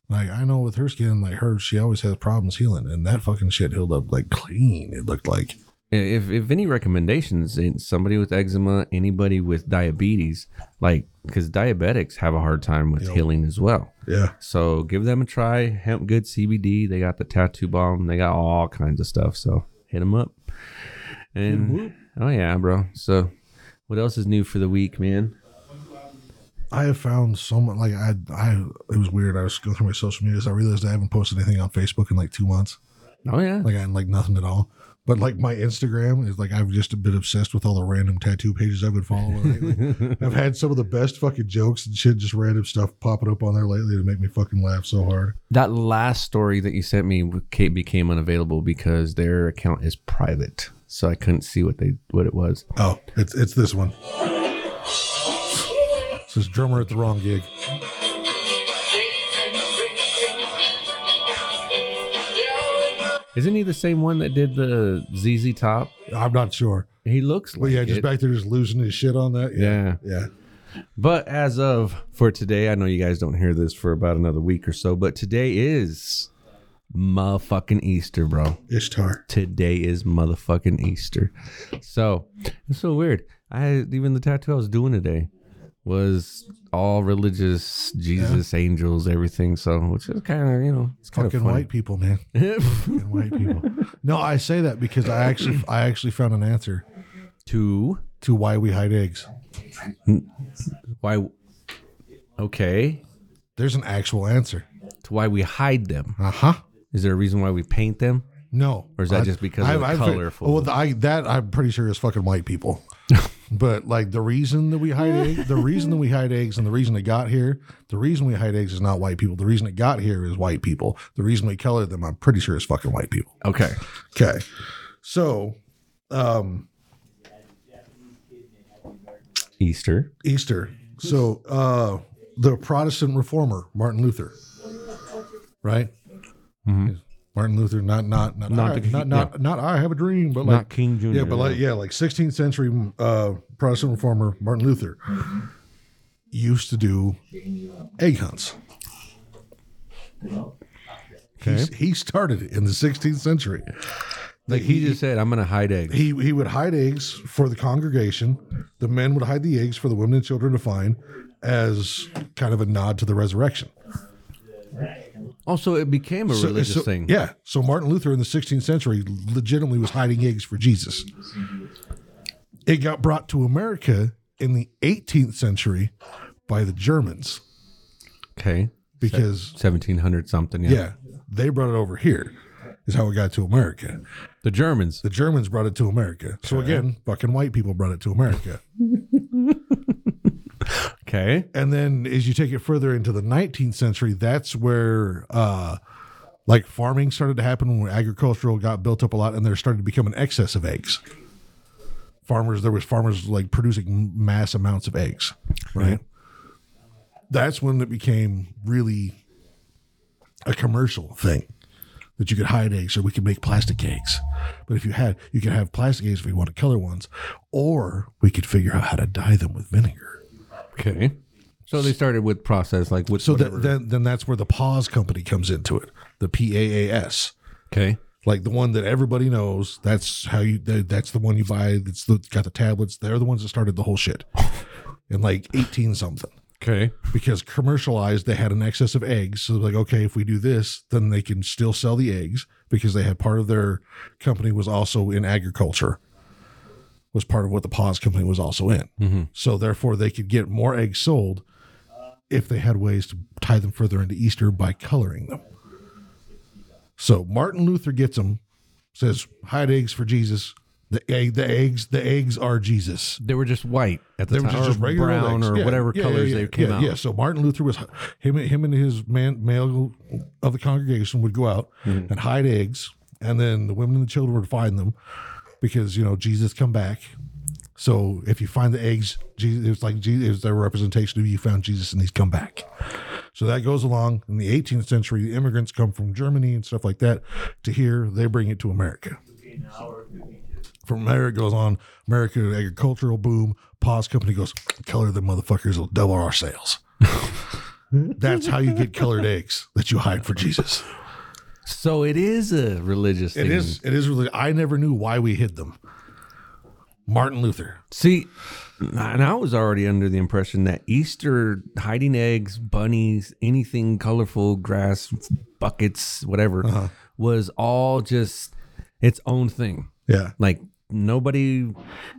[SPEAKER 4] Like I know with her skin, like her, she always has problems healing, and that fucking shit healed up like clean. It looked like
[SPEAKER 3] if if any recommendations in somebody with eczema anybody with diabetes like because diabetics have a hard time with healing as well
[SPEAKER 4] Yeah.
[SPEAKER 3] so give them a try hemp good cbd they got the tattoo bomb they got all kinds of stuff so hit them up and oh yeah bro so what else is new for the week man
[SPEAKER 4] I have found so much. Like I, I, it was weird. I was going through my social medias. I realized I haven't posted anything on Facebook in like two months.
[SPEAKER 3] oh yeah
[SPEAKER 4] Like I like nothing at all. But like my Instagram is like I've just been obsessed with all the random tattoo pages I've been following lately. I've had some of the best fucking jokes and shit, just random stuff popping up on there lately to make me fucking laugh so hard.
[SPEAKER 3] that last story that you sent me Kate became unavailable because their account is private so i couldn't see what they what it was
[SPEAKER 4] Oh, it's it's this one. It's this drummer at the wrong gig.
[SPEAKER 3] Isn't he the same one that did the ZZ Top?
[SPEAKER 4] I'm not sure.
[SPEAKER 3] He looks like
[SPEAKER 4] But yeah,
[SPEAKER 3] it.
[SPEAKER 4] just back there, just losing his shit on that.
[SPEAKER 3] yeah.
[SPEAKER 4] yeah.
[SPEAKER 3] But as of for today, I know you guys don't hear this for about another week or so, but today is motherfucking Easter, bro.
[SPEAKER 4] Ishtar.
[SPEAKER 3] Today is motherfucking Easter. So it's so weird. I even the tattoo I was doing today was all religious, Jesus, angels, everything. So which is kind of you know it's kind of
[SPEAKER 4] Fucking
[SPEAKER 3] funny.
[SPEAKER 4] white people, man. <laughs>
[SPEAKER 3] <laughs>
[SPEAKER 4] Fucking white people. No, I say that because I actually I actually found an answer
[SPEAKER 3] Two.
[SPEAKER 4] to why we hide eggs.
[SPEAKER 3] Why? Okay.
[SPEAKER 4] There's an actual answer.
[SPEAKER 3] To why we hide them.
[SPEAKER 4] Uh huh.
[SPEAKER 3] Is there a reason why we paint them?
[SPEAKER 4] No.
[SPEAKER 3] Or is that just because of the color for-
[SPEAKER 4] Well, I, that I'm pretty sure is fucking
[SPEAKER 3] <laughs>
[SPEAKER 4] white people. but like the reason that we hide eggs, the reason
[SPEAKER 3] <laughs>
[SPEAKER 4] that we hide eggs, and the reason it got here, the reason we hide eggs is not white people. The reason it got here is white people. The reason we color them, I'm pretty sure is fucking white people.
[SPEAKER 3] Okay.
[SPEAKER 4] Okay. So, um,
[SPEAKER 3] Easter.
[SPEAKER 4] Easter. So uh, the Protestant reformer Martin Luther, right? Martin Luther, not not not
[SPEAKER 3] Mm-hmm. Not
[SPEAKER 4] I,
[SPEAKER 3] the-
[SPEAKER 4] not, not, not I have a dream, but like
[SPEAKER 3] Not King Jr.,
[SPEAKER 4] Yeah, but like yeah, like 16th century uh, Protestant reformer Martin Luther used to do egg hunts. He's- He started it in the 16th century.
[SPEAKER 3] Like he just said, I'm gonna hide eggs.
[SPEAKER 4] He he would hide eggs for the congregation. The men would hide the eggs for the women and children to find, as kind of a nod to the resurrection.
[SPEAKER 3] Also, it became a
[SPEAKER 4] So-
[SPEAKER 3] religious
[SPEAKER 4] so-
[SPEAKER 3] thing.
[SPEAKER 4] Yeah. So Martin Luther in the 16th century legitimately was hiding eggs for Jesus. It got brought to America in the 18th century by the Germans
[SPEAKER 3] Okay.
[SPEAKER 4] because
[SPEAKER 3] 1700 something. Yeah.
[SPEAKER 4] yeah, they brought it over here. Is how it got to America.
[SPEAKER 3] The Germans.
[SPEAKER 4] The Germans brought it to America. So again, fucking white people brought it to America.
[SPEAKER 3] Okay.
[SPEAKER 4] and then as you take it further into the 19th century that's where uh like farming started to happen when agricultural got built up a lot and there started to become an excess of eggs farmers there was farmers like producing mass amounts of eggs right that's when it became really a commercial thing that you could hide eggs or we could make plastic eggs but if you had you could have plastic eggs if you wanted color ones or we could figure out how to dye them with vinegar
[SPEAKER 3] Okay. So they started with process, like with
[SPEAKER 4] so
[SPEAKER 3] whatever.
[SPEAKER 4] that, then, then that's where the pause company comes into it. The PAAS,
[SPEAKER 3] okay.
[SPEAKER 4] like the one that everybody knows. That's how you. That, that's the one you buy. That's the, got the tablets. They're the ones that started the whole shit in like eighteen something.
[SPEAKER 3] Okay.
[SPEAKER 4] Because commercialized, they had an excess of eggs. So they're like, okay, if we do this, then they can still sell the eggs because they had part of their company was also in agriculture. Was part of what the pause company was also in. So therefore, they could get more eggs sold if they had ways to tie them further into Easter by coloring them. So Martin Luther gets them, says, hide eggs for Jesus. The egg, the eggs, the eggs are Jesus.
[SPEAKER 3] They were just white at the
[SPEAKER 4] They were
[SPEAKER 3] time,
[SPEAKER 4] just, just
[SPEAKER 3] or
[SPEAKER 4] regular old
[SPEAKER 3] brown
[SPEAKER 4] eggs.
[SPEAKER 3] or
[SPEAKER 4] Yeah,
[SPEAKER 3] whatever
[SPEAKER 4] yeah, yeah,
[SPEAKER 3] colors
[SPEAKER 4] yeah,
[SPEAKER 3] they came
[SPEAKER 4] yeah,
[SPEAKER 3] out.
[SPEAKER 4] Yeah. So Martin Luther was him. Him and his man, male of the congregation would go out
[SPEAKER 3] Mm-hmm.
[SPEAKER 4] and hide eggs, and then the women and the children would find them because you know Jesus come back. So if you find the eggs, Jesus, it's like Jesus, it was their representation of you found Jesus and he's come back. So that goes along in the 18th century. The immigrants come from Germany and stuff like that to here. They bring it to America. From there, it goes on. America agricultural boom. Pause company goes, color the motherfuckers will double our sales. That's how you get colored eggs that you hide for Jesus.
[SPEAKER 3] So it is a religious
[SPEAKER 4] It
[SPEAKER 3] thing.
[SPEAKER 4] is. It is really. I never knew why we hid them. Martin Luther.
[SPEAKER 3] See, and I was already under the impression that Easter hiding eggs, bunnies, anything colorful, grass, buckets, whatever,
[SPEAKER 4] Uh-huh.
[SPEAKER 3] was all just its own thing.
[SPEAKER 4] Yeah.
[SPEAKER 3] Like nobody,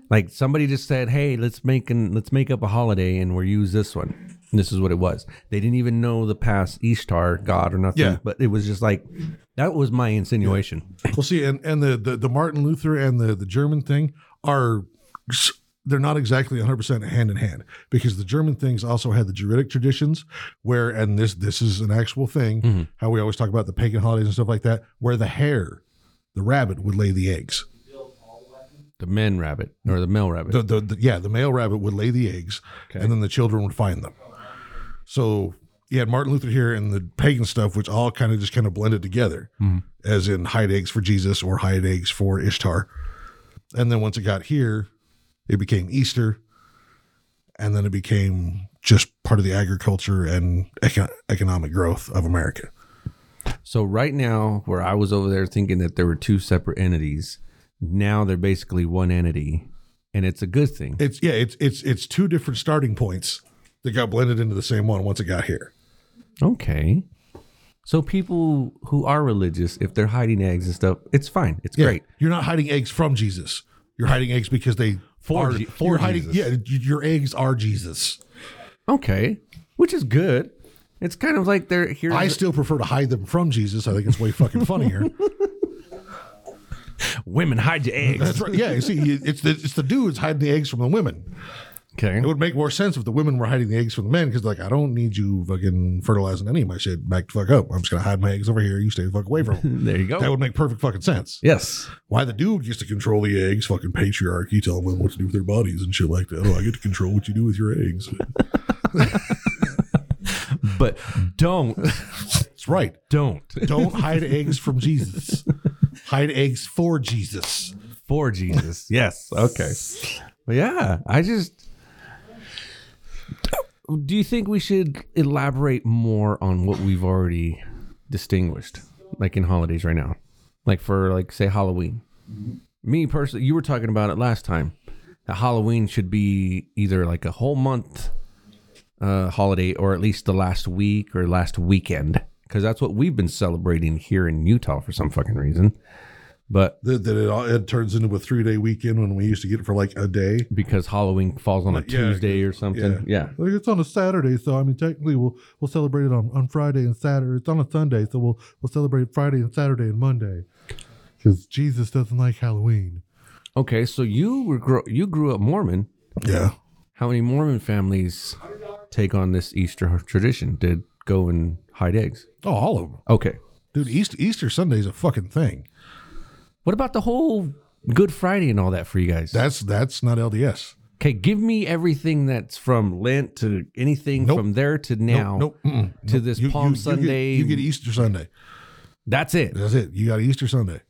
[SPEAKER 3] like somebody just said, "Hey, let's make an let's make up a holiday and we'll use this one." And this is what it was. They didn't even know the past Ishtar god or nothing,
[SPEAKER 4] Yeah.
[SPEAKER 3] but it was just like that was my insinuation.
[SPEAKER 4] Well, see, and and the the, the Martin Luther and the the German thing are they're not exactly 100% hand in hand because the German things also had the Druidic traditions where and this this is an actual thing how we always talk about the pagan holidays and stuff like that where the hare the rabbit would lay the eggs.
[SPEAKER 3] The men rabbit or the male rabbit.
[SPEAKER 4] The, the, the yeah, the male rabbit would lay the eggs and then the children would find them. So you had Martin Luther here and the pagan stuff which all kind of just kind of blended together. As in hide eggs for Jesus or hide eggs for Ishtar. And then once it got here, it became Easter, and then it became just part of the agriculture and eco- economic growth of America.
[SPEAKER 3] So right now, where I was over there thinking that there were two separate entities, now they're basically one entity, and it's a good thing.
[SPEAKER 4] It's yeah, it's it's it's two different starting points that got blended into the same one once it got here.
[SPEAKER 3] Okay. So people who are religious, if they're hiding eggs and stuff, it's fine. It's
[SPEAKER 4] Yeah,
[SPEAKER 3] great.
[SPEAKER 4] You're not hiding eggs from Jesus. You're hiding eggs because they
[SPEAKER 3] For
[SPEAKER 4] are,
[SPEAKER 3] Je- for
[SPEAKER 4] you're hiding,
[SPEAKER 3] Jesus.
[SPEAKER 4] Yeah, y- your eggs are Jesus.
[SPEAKER 3] Okay, which is good. It's kind of like they're here.
[SPEAKER 4] I still prefer to hide them from Jesus. I think it's way fucking funnier.
[SPEAKER 3] women hide your eggs.
[SPEAKER 4] That's right. Yeah, you see, it's the, it's the dudes hiding the eggs from the women.
[SPEAKER 3] <laughs> Okay.
[SPEAKER 4] It would make more sense if the women were hiding the eggs from the men because, like, I don't need you fucking fertilizing any of my shit. Back the fuck up. I'm just gonna hide my eggs over here. You stay the fuck away from
[SPEAKER 3] <laughs>
[SPEAKER 4] them.
[SPEAKER 3] There you go.
[SPEAKER 4] that would make perfect fucking sense.
[SPEAKER 3] yes.
[SPEAKER 4] Why the dude gets to control the eggs? Fucking patriarchy, telling them what to do with their bodies and shit like that. Oh, I get to control what you do with your eggs. <laughs>
[SPEAKER 3] But don't
[SPEAKER 4] That's right.
[SPEAKER 3] don't
[SPEAKER 4] Don't hide eggs from Jesus. Hide eggs for Jesus.
[SPEAKER 3] for <laughs> Jesus. Yes. Okay. Well, yeah. I just. Do you think we should elaborate more on what we've already distinguished, like in holidays right now, like for like say Halloween? Me personally, you were talking about it last time. That Halloween should be either like a whole month uh, holiday or at least the last week or last weekend, because that's what we've been celebrating here in Utah for some fucking reason. But
[SPEAKER 4] That, that it, all, it turns into a three day weekend when we used to get it for like a day.
[SPEAKER 3] because Halloween falls on a
[SPEAKER 4] Yeah,
[SPEAKER 3] Tuesday or something. Yeah.
[SPEAKER 4] Like it's on a Saturday, so I mean technically we'll we'll celebrate it on, on Friday and Saturday. It's on a Sunday, so we'll we'll celebrate Friday and Saturday and Monday. Because Jesus doesn't like Halloween.
[SPEAKER 3] Okay, so you were grow- you grew up Mormon.
[SPEAKER 4] Yeah.
[SPEAKER 3] How many Mormon families take on this Easter tradition? Did go and hide eggs?
[SPEAKER 4] Oh, all of them,
[SPEAKER 3] Okay.
[SPEAKER 4] dude. East, Easter Sunday's a fucking thing.
[SPEAKER 3] What about the whole Good Friday and all that for you guys?
[SPEAKER 4] That's that's not LDS.
[SPEAKER 3] Okay, give me everything that's from Lent to anything
[SPEAKER 4] Nope.
[SPEAKER 3] from there to now.
[SPEAKER 4] nope, mm-mm,
[SPEAKER 3] to this Palm
[SPEAKER 4] get-
[SPEAKER 3] Sunday-
[SPEAKER 4] you get Easter Sunday.
[SPEAKER 3] That's it.
[SPEAKER 4] That's it. You got Easter Sunday.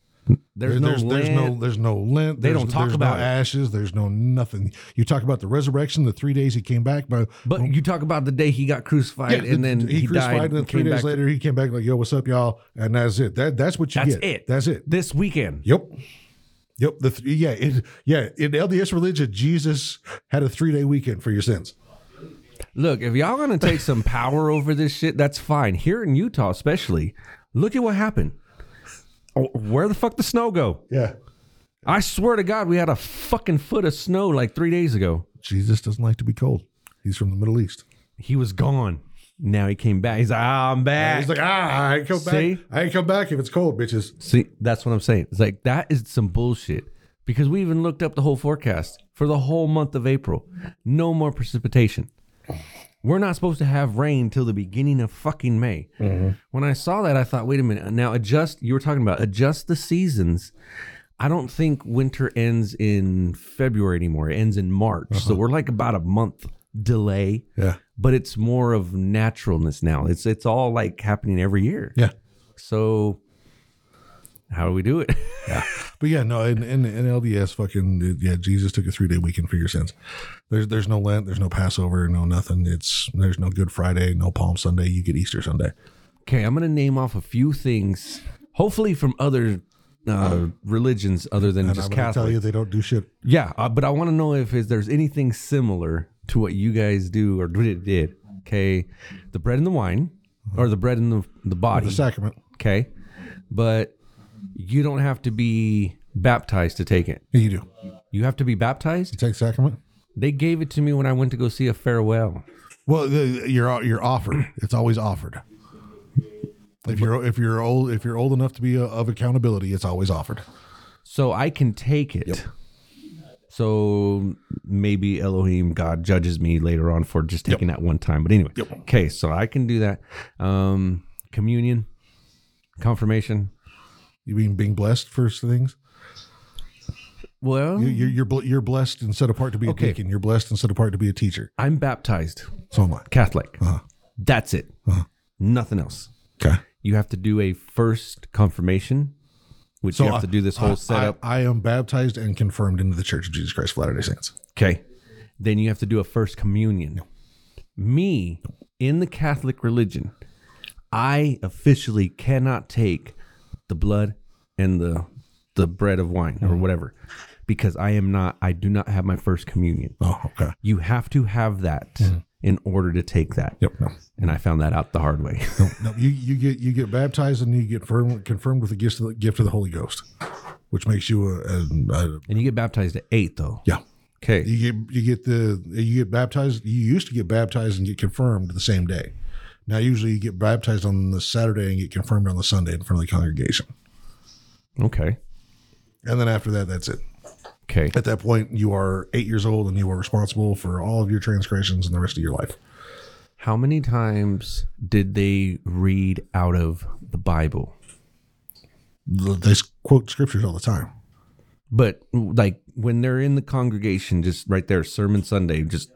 [SPEAKER 3] There's, no
[SPEAKER 4] there's,
[SPEAKER 3] Lent.
[SPEAKER 4] there's no there's no Lent.
[SPEAKER 3] They
[SPEAKER 4] there's-
[SPEAKER 3] don't talk
[SPEAKER 4] there's
[SPEAKER 3] about it.
[SPEAKER 4] no ashes. There's no nothing. You talk about the resurrection, the three days he came back. But
[SPEAKER 3] but you talk about the day he got crucified
[SPEAKER 4] Yeah,
[SPEAKER 3] and then
[SPEAKER 4] he,
[SPEAKER 3] he,
[SPEAKER 4] crucified,
[SPEAKER 3] died.
[SPEAKER 4] and then three
[SPEAKER 3] came
[SPEAKER 4] days
[SPEAKER 3] back to-
[SPEAKER 4] later he came back like, "Yo, what's up, y'all?" And that's it. That that's what you
[SPEAKER 3] That's
[SPEAKER 4] get.
[SPEAKER 3] it.
[SPEAKER 4] That's it.
[SPEAKER 3] this weekend.
[SPEAKER 4] Yep. Yep. The th- yeah, it, yeah. In LDS religion, Jesus had a three day weekend for your sins.
[SPEAKER 3] Look, if y'all gonna take some power over this shit, that's fine. Here in Utah, especially, look at what happened. Oh, Where the fuck the snow go?
[SPEAKER 4] Yeah.
[SPEAKER 3] I swear to God, we had a fucking foot of snow like three days ago.
[SPEAKER 4] Jesus doesn't like to be cold. He's from the Middle East.
[SPEAKER 3] He was gone. Now he came back. He's like, "Ah, I'm back.
[SPEAKER 4] He's like, ah, I ain't come back.
[SPEAKER 3] See?
[SPEAKER 4] I ain't come back if it's cold, bitches.
[SPEAKER 3] See, that's what I'm saying. It's like that is some bullshit. Because we even looked up the whole forecast for the whole month of April. No more precipitation. We're not supposed to have rain till the beginning of fucking May. When I saw that, I thought, wait a minute. Now adjust. You were talking about adjust the seasons. I don't think winter ends in February anymore. It ends in March. So we're like about a month delay.
[SPEAKER 4] Yeah.
[SPEAKER 3] But it's more of naturalness now. It's it's all like happening every year.
[SPEAKER 4] Yeah.
[SPEAKER 3] So how do we do it? <laughs>
[SPEAKER 4] But yeah, no, in, in, in LDS, fucking yeah, Jesus took a three day weekend for your sins. There's there's no Lent, there's no Passover, no nothing. It's there's no Good Friday, no Palm Sunday. You get Easter Sunday.
[SPEAKER 3] okay, I'm gonna name off a few things hopefully from other uh, religions other than
[SPEAKER 4] And I'm
[SPEAKER 3] just
[SPEAKER 4] going to
[SPEAKER 3] Catholic.
[SPEAKER 4] tell you they don't do shit.
[SPEAKER 3] Yeah, uh, but I want to know if is, there's anything similar to what you guys do or did. did. Okay, the bread and the wine, or the bread and the the body.
[SPEAKER 4] The sacrament.
[SPEAKER 3] Okay, but you don't have to be baptized to take it.
[SPEAKER 4] Yeah, you do. You
[SPEAKER 3] You have to be baptized.
[SPEAKER 4] take sacrament.
[SPEAKER 3] They gave it to me when I went to go see a farewell.
[SPEAKER 4] Well, the, you're you're offered. It's always offered. If you're if you're old if you're old enough to be uh of accountability, it's always offered.
[SPEAKER 3] so I can take it. So maybe Elohim, God judges me later on for just taking that one time. But anyway, okay, so I can do that. Um, communion, confirmation.
[SPEAKER 4] You mean being blessed for things?
[SPEAKER 3] Well,
[SPEAKER 4] You- You're you're, bl- you're blessed and set apart to be a
[SPEAKER 3] Okay.
[SPEAKER 4] deacon. You're blessed and set apart to be a teacher.
[SPEAKER 3] I'm baptized
[SPEAKER 4] So am I.
[SPEAKER 3] Catholic.
[SPEAKER 4] Uh-huh.
[SPEAKER 3] That's it. Nothing else.
[SPEAKER 4] Okay.
[SPEAKER 3] You have to do a first confirmation, which you have to do this whole setup.
[SPEAKER 4] I, I am baptized and confirmed into the Church of Jesus Christ of Latter Day Saints.
[SPEAKER 3] Okay. Then you have to do a first communion. Me, in the Catholic religion, I officially cannot take the blood and the the bread of wine
[SPEAKER 4] Mm-hmm.
[SPEAKER 3] or whatever because I am not I do not have my first communion.
[SPEAKER 4] Oh, okay.
[SPEAKER 3] You have to have that in order to take that.
[SPEAKER 4] Mm-hmm. Yep. No,
[SPEAKER 3] And I found that out the hard
[SPEAKER 4] <laughs>
[SPEAKER 3] way.
[SPEAKER 4] no, you, you get you get baptized and you get firm, confirmed with the gift of the gift of the Holy Ghost, which makes you a, a, a
[SPEAKER 3] and you get baptized at 8 though.
[SPEAKER 4] yeah.
[SPEAKER 3] Okay.
[SPEAKER 4] You get you get the you get baptized. You used to get baptized and get confirmed the same day. Now usually you get baptized on the Saturday and get confirmed on the Sunday in front of the congregation,
[SPEAKER 3] Okay.
[SPEAKER 4] and then after that, that's it.
[SPEAKER 3] Okay.
[SPEAKER 4] At that point, you are eight years old and you are responsible for all of your transgressions and the rest of your life.
[SPEAKER 3] How many times did they read out of the Bible?
[SPEAKER 4] They quote scriptures all the time.
[SPEAKER 3] But like when they're in the congregation, just right there, Sermon Sunday, just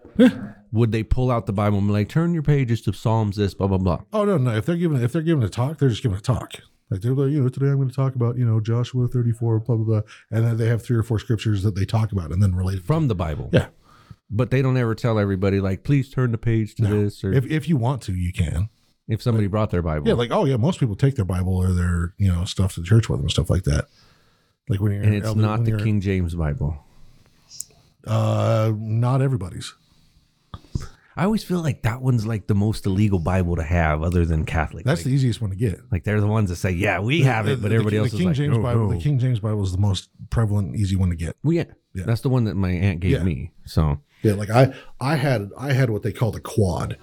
[SPEAKER 3] would they pull out the Bible and be like, turn your pages to Psalms, this, blah, blah, blah.
[SPEAKER 4] Oh no, no. If they're giving if they're giving a talk, they're just giving a talk. Like they're like, you know, today I'm going to talk about you know Joshua 34, blah blah blah, and then they have three or four scriptures that they talk about and then relate.
[SPEAKER 3] From the Bible.
[SPEAKER 4] Yeah.
[SPEAKER 3] But they don't ever tell everybody, like, please turn the page to this, or
[SPEAKER 4] If
[SPEAKER 3] if,
[SPEAKER 4] if you want to, you can.
[SPEAKER 3] somebody brought their Bible.
[SPEAKER 4] Yeah, like oh yeah, most people take their Bible or their you know stuff to church with them, stuff like that. Like when you're
[SPEAKER 3] and it's
[SPEAKER 4] elder-
[SPEAKER 3] not
[SPEAKER 4] when
[SPEAKER 3] the
[SPEAKER 4] you're-
[SPEAKER 3] King James Bible.
[SPEAKER 4] Uh, not everybody's.
[SPEAKER 3] I always feel like that one's like the most illegal Bible to have other than Catholic.
[SPEAKER 4] That's
[SPEAKER 3] like,
[SPEAKER 4] the easiest one to get.
[SPEAKER 3] like they're the ones that say, yeah, we have it,
[SPEAKER 4] The-
[SPEAKER 3] but
[SPEAKER 4] the-
[SPEAKER 3] everybody
[SPEAKER 4] the
[SPEAKER 3] else
[SPEAKER 4] King
[SPEAKER 3] is like, "Oh,
[SPEAKER 4] James
[SPEAKER 3] no,
[SPEAKER 4] Bible.
[SPEAKER 3] no."
[SPEAKER 4] The King James Bible is the most prevalent, easy one to get.
[SPEAKER 3] Well, yeah. That's the one that my aunt gave
[SPEAKER 4] Yeah.
[SPEAKER 3] me. So
[SPEAKER 4] Yeah, like I I had I had what they called a quad,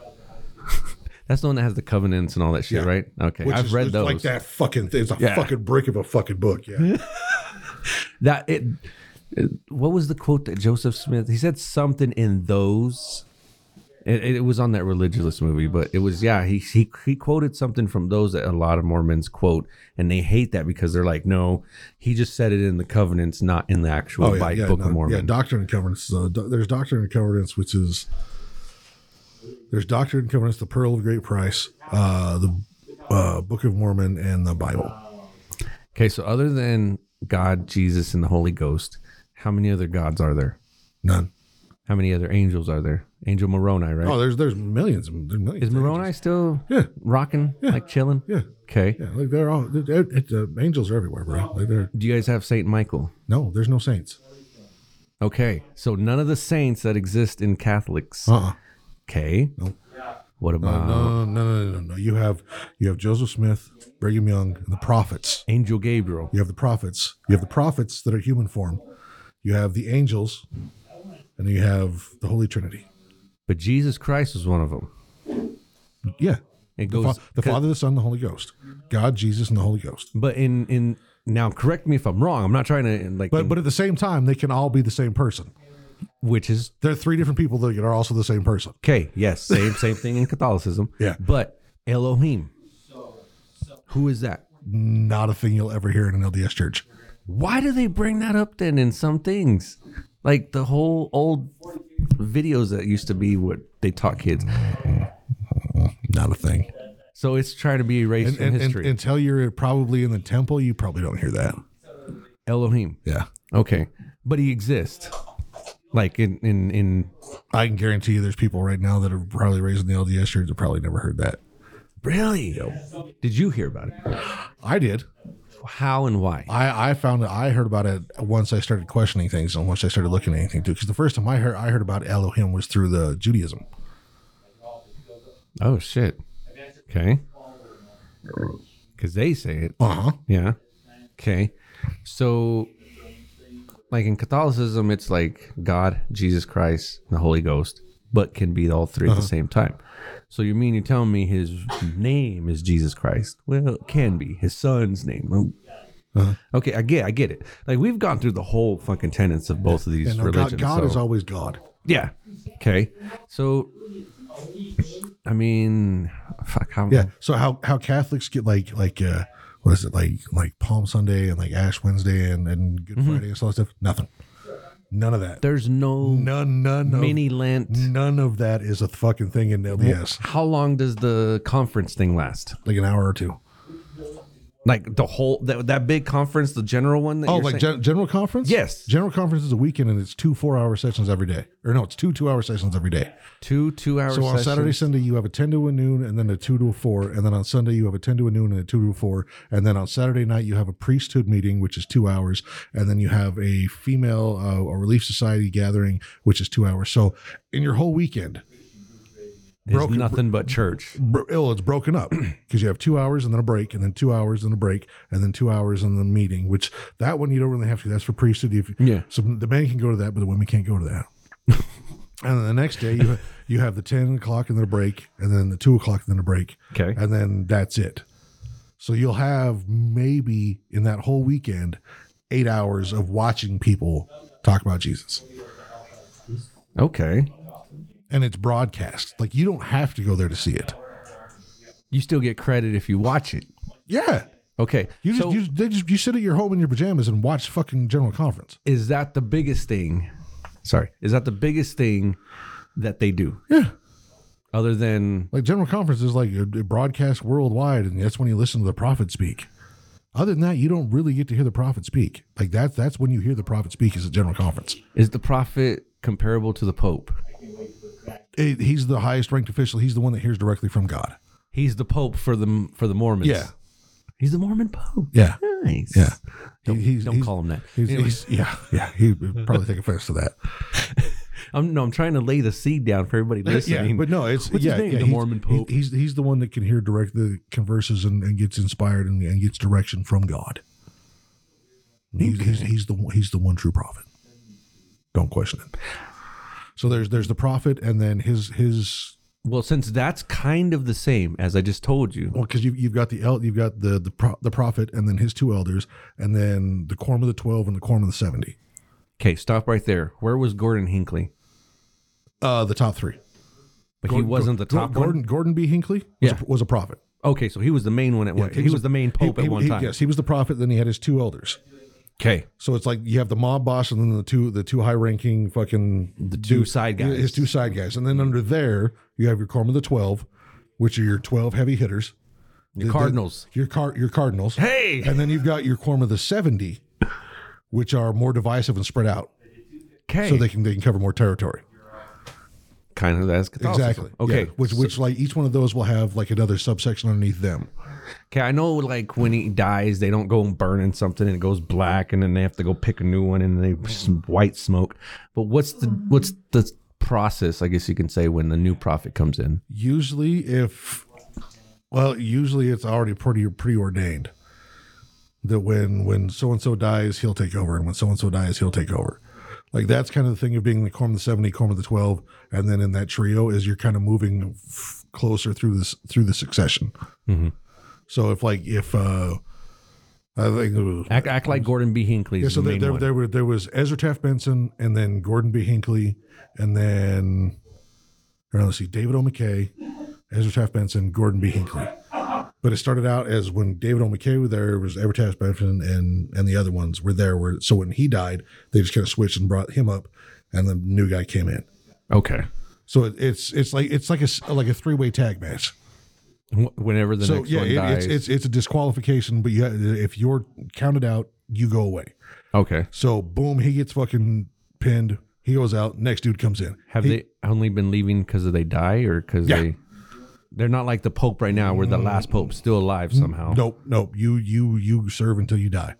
[SPEAKER 3] that's the one that has the covenants and all that shit,
[SPEAKER 4] Yeah.
[SPEAKER 3] right? Okay.
[SPEAKER 4] which
[SPEAKER 3] I've
[SPEAKER 4] is
[SPEAKER 3] read
[SPEAKER 4] it's
[SPEAKER 3] those.
[SPEAKER 4] Like that fucking thing. It's a
[SPEAKER 3] Yeah.
[SPEAKER 4] fucking brick of a fucking book. Yeah,
[SPEAKER 3] <laughs> that it, it- what was the quote that joseph smith he said something in those it, it was on that religious movie but it was yeah he, he he quoted something from those that a lot of mormons quote and they hate that because they're like no he just said it in the covenants not in the actual
[SPEAKER 4] Oh, yeah,
[SPEAKER 3] Bi-
[SPEAKER 4] yeah,
[SPEAKER 3] book
[SPEAKER 4] no,
[SPEAKER 3] of mormon
[SPEAKER 4] Yeah, Doctrine and Covenants. So do- there's Doctrine and Covenants, which is there's Doctrine and Covenants, the Pearl of Great Price, uh, the uh, Book of Mormon, and the Bible.
[SPEAKER 3] okay so other than god jesus and the holy ghost how many other gods are there
[SPEAKER 4] None.
[SPEAKER 3] how many other angels are there angel moroni right
[SPEAKER 4] Oh, there's there's millions. of- There's millions
[SPEAKER 3] is
[SPEAKER 4] of
[SPEAKER 3] moroni
[SPEAKER 4] angels.
[SPEAKER 3] still
[SPEAKER 4] Yeah.
[SPEAKER 3] rocking like chilling
[SPEAKER 4] Yeah.
[SPEAKER 3] okay
[SPEAKER 4] Yeah, like they're all they're, it's, uh, angels are everywhere, bro. Like they're
[SPEAKER 3] do you guys have saint michael
[SPEAKER 4] no, there's no saints.
[SPEAKER 3] Okay, so none of the saints that exist in Catholics.
[SPEAKER 4] Uh. uh
[SPEAKER 3] Okay.
[SPEAKER 4] Nope. Uh,
[SPEAKER 3] What about
[SPEAKER 4] No, no, no, no, no, no. You have you have Joseph Smith, Brigham Young, and the prophets.
[SPEAKER 3] Angel Gabriel?
[SPEAKER 4] You have the prophets. You have the prophets that are human form. You have the angels, and you have the Holy Trinity.
[SPEAKER 3] But Jesus Christ was one of them.
[SPEAKER 4] Yeah,
[SPEAKER 3] It
[SPEAKER 4] the,
[SPEAKER 3] goes
[SPEAKER 4] Fa- the Father, the Son, the Holy Ghost, God, Jesus, and the Holy Ghost.
[SPEAKER 3] But in in now, correct me if I'm wrong. I'm not trying to like,
[SPEAKER 4] But but at the same time, they can all be the same person.
[SPEAKER 3] which is
[SPEAKER 4] They're three different people that are also the same person.
[SPEAKER 3] okay. Yes,
[SPEAKER 4] <laughs>
[SPEAKER 3] same same thing in Catholicism.
[SPEAKER 4] Yeah.
[SPEAKER 3] But Elohim, who is that?
[SPEAKER 4] Not a thing you'll ever hear in an LDS church.
[SPEAKER 3] Why do they bring that up then in some things? Like the whole old videos that used to be what they taught kids.
[SPEAKER 4] Not a thing.
[SPEAKER 3] So it's trying to be erased
[SPEAKER 4] And,
[SPEAKER 3] from
[SPEAKER 4] and, and
[SPEAKER 3] history.
[SPEAKER 4] until you're probably in the temple, you probably don't hear that.
[SPEAKER 3] Elohim.
[SPEAKER 4] Yeah.
[SPEAKER 3] Okay, but he exists. Like in in in
[SPEAKER 4] I can guarantee you there's people right now that are probably raising the LDS church that probably never heard that.
[SPEAKER 3] really. Did you hear about it?
[SPEAKER 4] I did.
[SPEAKER 3] how and why?
[SPEAKER 4] I, I found it. I heard about it once I started questioning things and once I started looking at anything too. Because the first time I heard I heard about Elohim was through the Judaism.
[SPEAKER 3] Oh shit. Okay. Because they say it.
[SPEAKER 4] Uh huh.
[SPEAKER 3] Yeah. Okay. So, like in Catholicism, it's like God, Jesus Christ, and the Holy Ghost, but can be all 3 at
[SPEAKER 4] Uh-huh.
[SPEAKER 3] the same time. So you mean you're telling me his name is Jesus Christ? Well, it can be his son's name. Well,
[SPEAKER 4] Uh-huh.
[SPEAKER 3] Okay, I get, I get it. Like we've gone through the whole fucking tenets of both of these
[SPEAKER 4] And no, God,
[SPEAKER 3] religions.
[SPEAKER 4] God
[SPEAKER 3] so-
[SPEAKER 4] is always God.
[SPEAKER 3] yeah. Okay. So, I mean, fuck. How,
[SPEAKER 4] Yeah. So how how Catholics get like like uh what is it like like Palm Sunday and like Ash Wednesday and, and
[SPEAKER 3] Mm-hmm.
[SPEAKER 4] Good Friday and all that stuff? Nothing. None of that.
[SPEAKER 3] There's no
[SPEAKER 4] None none
[SPEAKER 3] mini
[SPEAKER 4] of,
[SPEAKER 3] Lent.
[SPEAKER 4] none of that is a fucking thing in LDS.
[SPEAKER 3] How long does the conference thing last?
[SPEAKER 4] Like an hour or two.
[SPEAKER 3] Like the whole that, that big conference, the general one. That
[SPEAKER 4] Oh,
[SPEAKER 3] you're
[SPEAKER 4] like
[SPEAKER 3] saying?
[SPEAKER 4] gen- general conference?
[SPEAKER 3] Yes.
[SPEAKER 4] General conference is a weekend and it's two four hour sessions every day. Or no, it's two two hour sessions every day.
[SPEAKER 3] two two hours.
[SPEAKER 4] So on Saturday, Sunday, you have a 10 to a noon and then a 2 to a 4. And then on Sunday, you have a 10 to a noon and a 2 to a 4. And then on Saturday night, you have a priesthood meeting, which is two hours. And then you have a female uh, a relief society gathering, which is two hours. So in your whole weekend,
[SPEAKER 3] is nothing but church.
[SPEAKER 4] bro- ill, it's broken up <clears throat> because you have two hours and then a break, and then two hours and a break, and then two hours and then a meeting, which that one you don't really have to. That's for priesthood. If,
[SPEAKER 3] Yeah.
[SPEAKER 4] So the men can go to that, but the women can't go to that. <laughs> and then the next day you you have the ten o'clock and then a break, and then the two o'clock and then a break.
[SPEAKER 3] Okay.
[SPEAKER 4] And then that's it. So you'll have maybe in that whole weekend eight hours of watching people talk about Jesus.
[SPEAKER 3] Okay.
[SPEAKER 4] And it's broadcast. Like you don't have to go there to see it.
[SPEAKER 3] You still get credit if you watch it.
[SPEAKER 4] Yeah.
[SPEAKER 3] Okay.
[SPEAKER 4] You just,
[SPEAKER 3] so
[SPEAKER 4] you, they just you sit at your home in your pajamas and watch fucking general conference.
[SPEAKER 3] is that the biggest thing? Sorry, is that the biggest thing that they do?
[SPEAKER 4] Yeah.
[SPEAKER 3] Other than
[SPEAKER 4] Like general conference is like a, a broadcast worldwide, and that's when you listen to the prophet speak. Other than that, you don't really get to hear the prophet speak. Like that's that's when you hear the prophet speak is at general conference.
[SPEAKER 3] is the prophet comparable to the pope?
[SPEAKER 4] It- he's the highest ranked official. He's the one that hears directly from God.
[SPEAKER 3] He's the pope for the for the Mormons.
[SPEAKER 4] Yeah.
[SPEAKER 3] He's the Mormon pope.
[SPEAKER 4] Yeah.
[SPEAKER 3] Nice.
[SPEAKER 4] Yeah.
[SPEAKER 3] Don't,
[SPEAKER 4] He- he's-
[SPEAKER 3] don't
[SPEAKER 4] he's-
[SPEAKER 3] call him that.
[SPEAKER 4] He's,
[SPEAKER 3] Anyway,
[SPEAKER 4] he's- yeah, yeah. He would probably take offense to that.
[SPEAKER 3] I'm no, I'm trying to lay the seed down for everybody listening.
[SPEAKER 4] Uh, Yeah, but no, it's
[SPEAKER 3] What's his
[SPEAKER 4] yeah,
[SPEAKER 3] name?
[SPEAKER 4] yeah,
[SPEAKER 3] The
[SPEAKER 4] he's-
[SPEAKER 3] Mormon
[SPEAKER 4] he's-
[SPEAKER 3] Pope.
[SPEAKER 4] He's, he's the one that can hear direct the converses and, and gets inspired and, and gets direction from God. He's, he's, he's the one- he's the one true prophet. Don't question it. So there's there's the prophet and then his his
[SPEAKER 3] well, since that's kind of the same as I just told you.
[SPEAKER 4] well because you you've got the el- you've got the the pro- the prophet and then his two elders and then the quorum of the twelve and the quorum of the seventy.
[SPEAKER 3] Okay, stop right there. Where was Gordon Hinckley?
[SPEAKER 4] Uh, the top three.
[SPEAKER 3] But
[SPEAKER 4] Gordon-
[SPEAKER 3] he wasn't the top
[SPEAKER 4] Gordon
[SPEAKER 3] one.
[SPEAKER 4] Gordon B Hinckley was,
[SPEAKER 3] Yeah.
[SPEAKER 4] a, was a prophet.
[SPEAKER 3] Okay, so he was the main one at one.
[SPEAKER 4] Yeah,
[SPEAKER 3] He, was,
[SPEAKER 4] a-
[SPEAKER 3] the main pope
[SPEAKER 4] he-
[SPEAKER 3] at one
[SPEAKER 4] he-
[SPEAKER 3] time.
[SPEAKER 4] Yes, he was the prophet. Then he had his two elders.
[SPEAKER 3] Okay,
[SPEAKER 4] So it's like you have the mob boss and then the two the two high ranking fucking the
[SPEAKER 3] two side guys.
[SPEAKER 4] His two side guys. And then under there you have your quorum of the twelve, which are your twelve heavy hitters.
[SPEAKER 3] the,
[SPEAKER 4] The- the-
[SPEAKER 3] Cardinals.
[SPEAKER 4] your car your cardinals.
[SPEAKER 3] Hey!
[SPEAKER 4] And then you've got your quorum of the seventy, which are more divisive and spread out.
[SPEAKER 3] Okay,
[SPEAKER 4] So they can they can cover more territory.
[SPEAKER 3] kind of that's Catholicism.
[SPEAKER 4] Exactly.
[SPEAKER 3] Okay,
[SPEAKER 4] Yeah. Which which like each one of those will have like another subsection underneath them.
[SPEAKER 3] Okay, I know like when he dies, they don't go and burn in something and it goes black, and then they have to go pick a new one and they some white smoke. But what's the what's the process? I guess you can say when the new prophet comes in.
[SPEAKER 4] usually if well usually it's already pretty preordained that when when so and so dies he'll take over and when so and so dies he'll take over like that's kind of the thing of being the quorum of the 70 quorum of the 12 and then in that trio is you're kind of moving f- closer through this through the succession so if like if uh i think it was-
[SPEAKER 3] Act, act like Gordon B. Hinckley.
[SPEAKER 4] yeah,
[SPEAKER 3] is
[SPEAKER 4] so
[SPEAKER 3] the
[SPEAKER 4] there,
[SPEAKER 3] main
[SPEAKER 4] there,
[SPEAKER 3] one.
[SPEAKER 4] there were there was Ezra Taft Benson and then Gordon B. Hinckley and then or no, let's see, David O. McKay, Ezra Taft Benson, Gordon B. Hinckley. But it started out as when David O. McKay was there, it was Ezra Taft Benson and and the other ones were there. Where so when he died, they just kind of switched and brought him up, and the new guy came in.
[SPEAKER 3] okay.
[SPEAKER 4] So it, it's it's like it's like a s- like a three way tag match.
[SPEAKER 3] Wh- Whenever the
[SPEAKER 4] So
[SPEAKER 3] next
[SPEAKER 4] yeah,
[SPEAKER 3] one
[SPEAKER 4] it-
[SPEAKER 3] dies.
[SPEAKER 4] it's it's it's a disqualification, but you, if you're counted out, you go away.
[SPEAKER 3] okay.
[SPEAKER 4] So boom, he gets fucking pinned. He goes out. Next dude comes in.
[SPEAKER 3] Have
[SPEAKER 4] He-
[SPEAKER 3] they only been leaving because they die or because
[SPEAKER 4] Yeah.
[SPEAKER 3] they? They're not like the Pope right now, where the last Pope's still
[SPEAKER 4] Mm,
[SPEAKER 3] alive somehow.
[SPEAKER 4] Nope, nope. You you you serve until you die.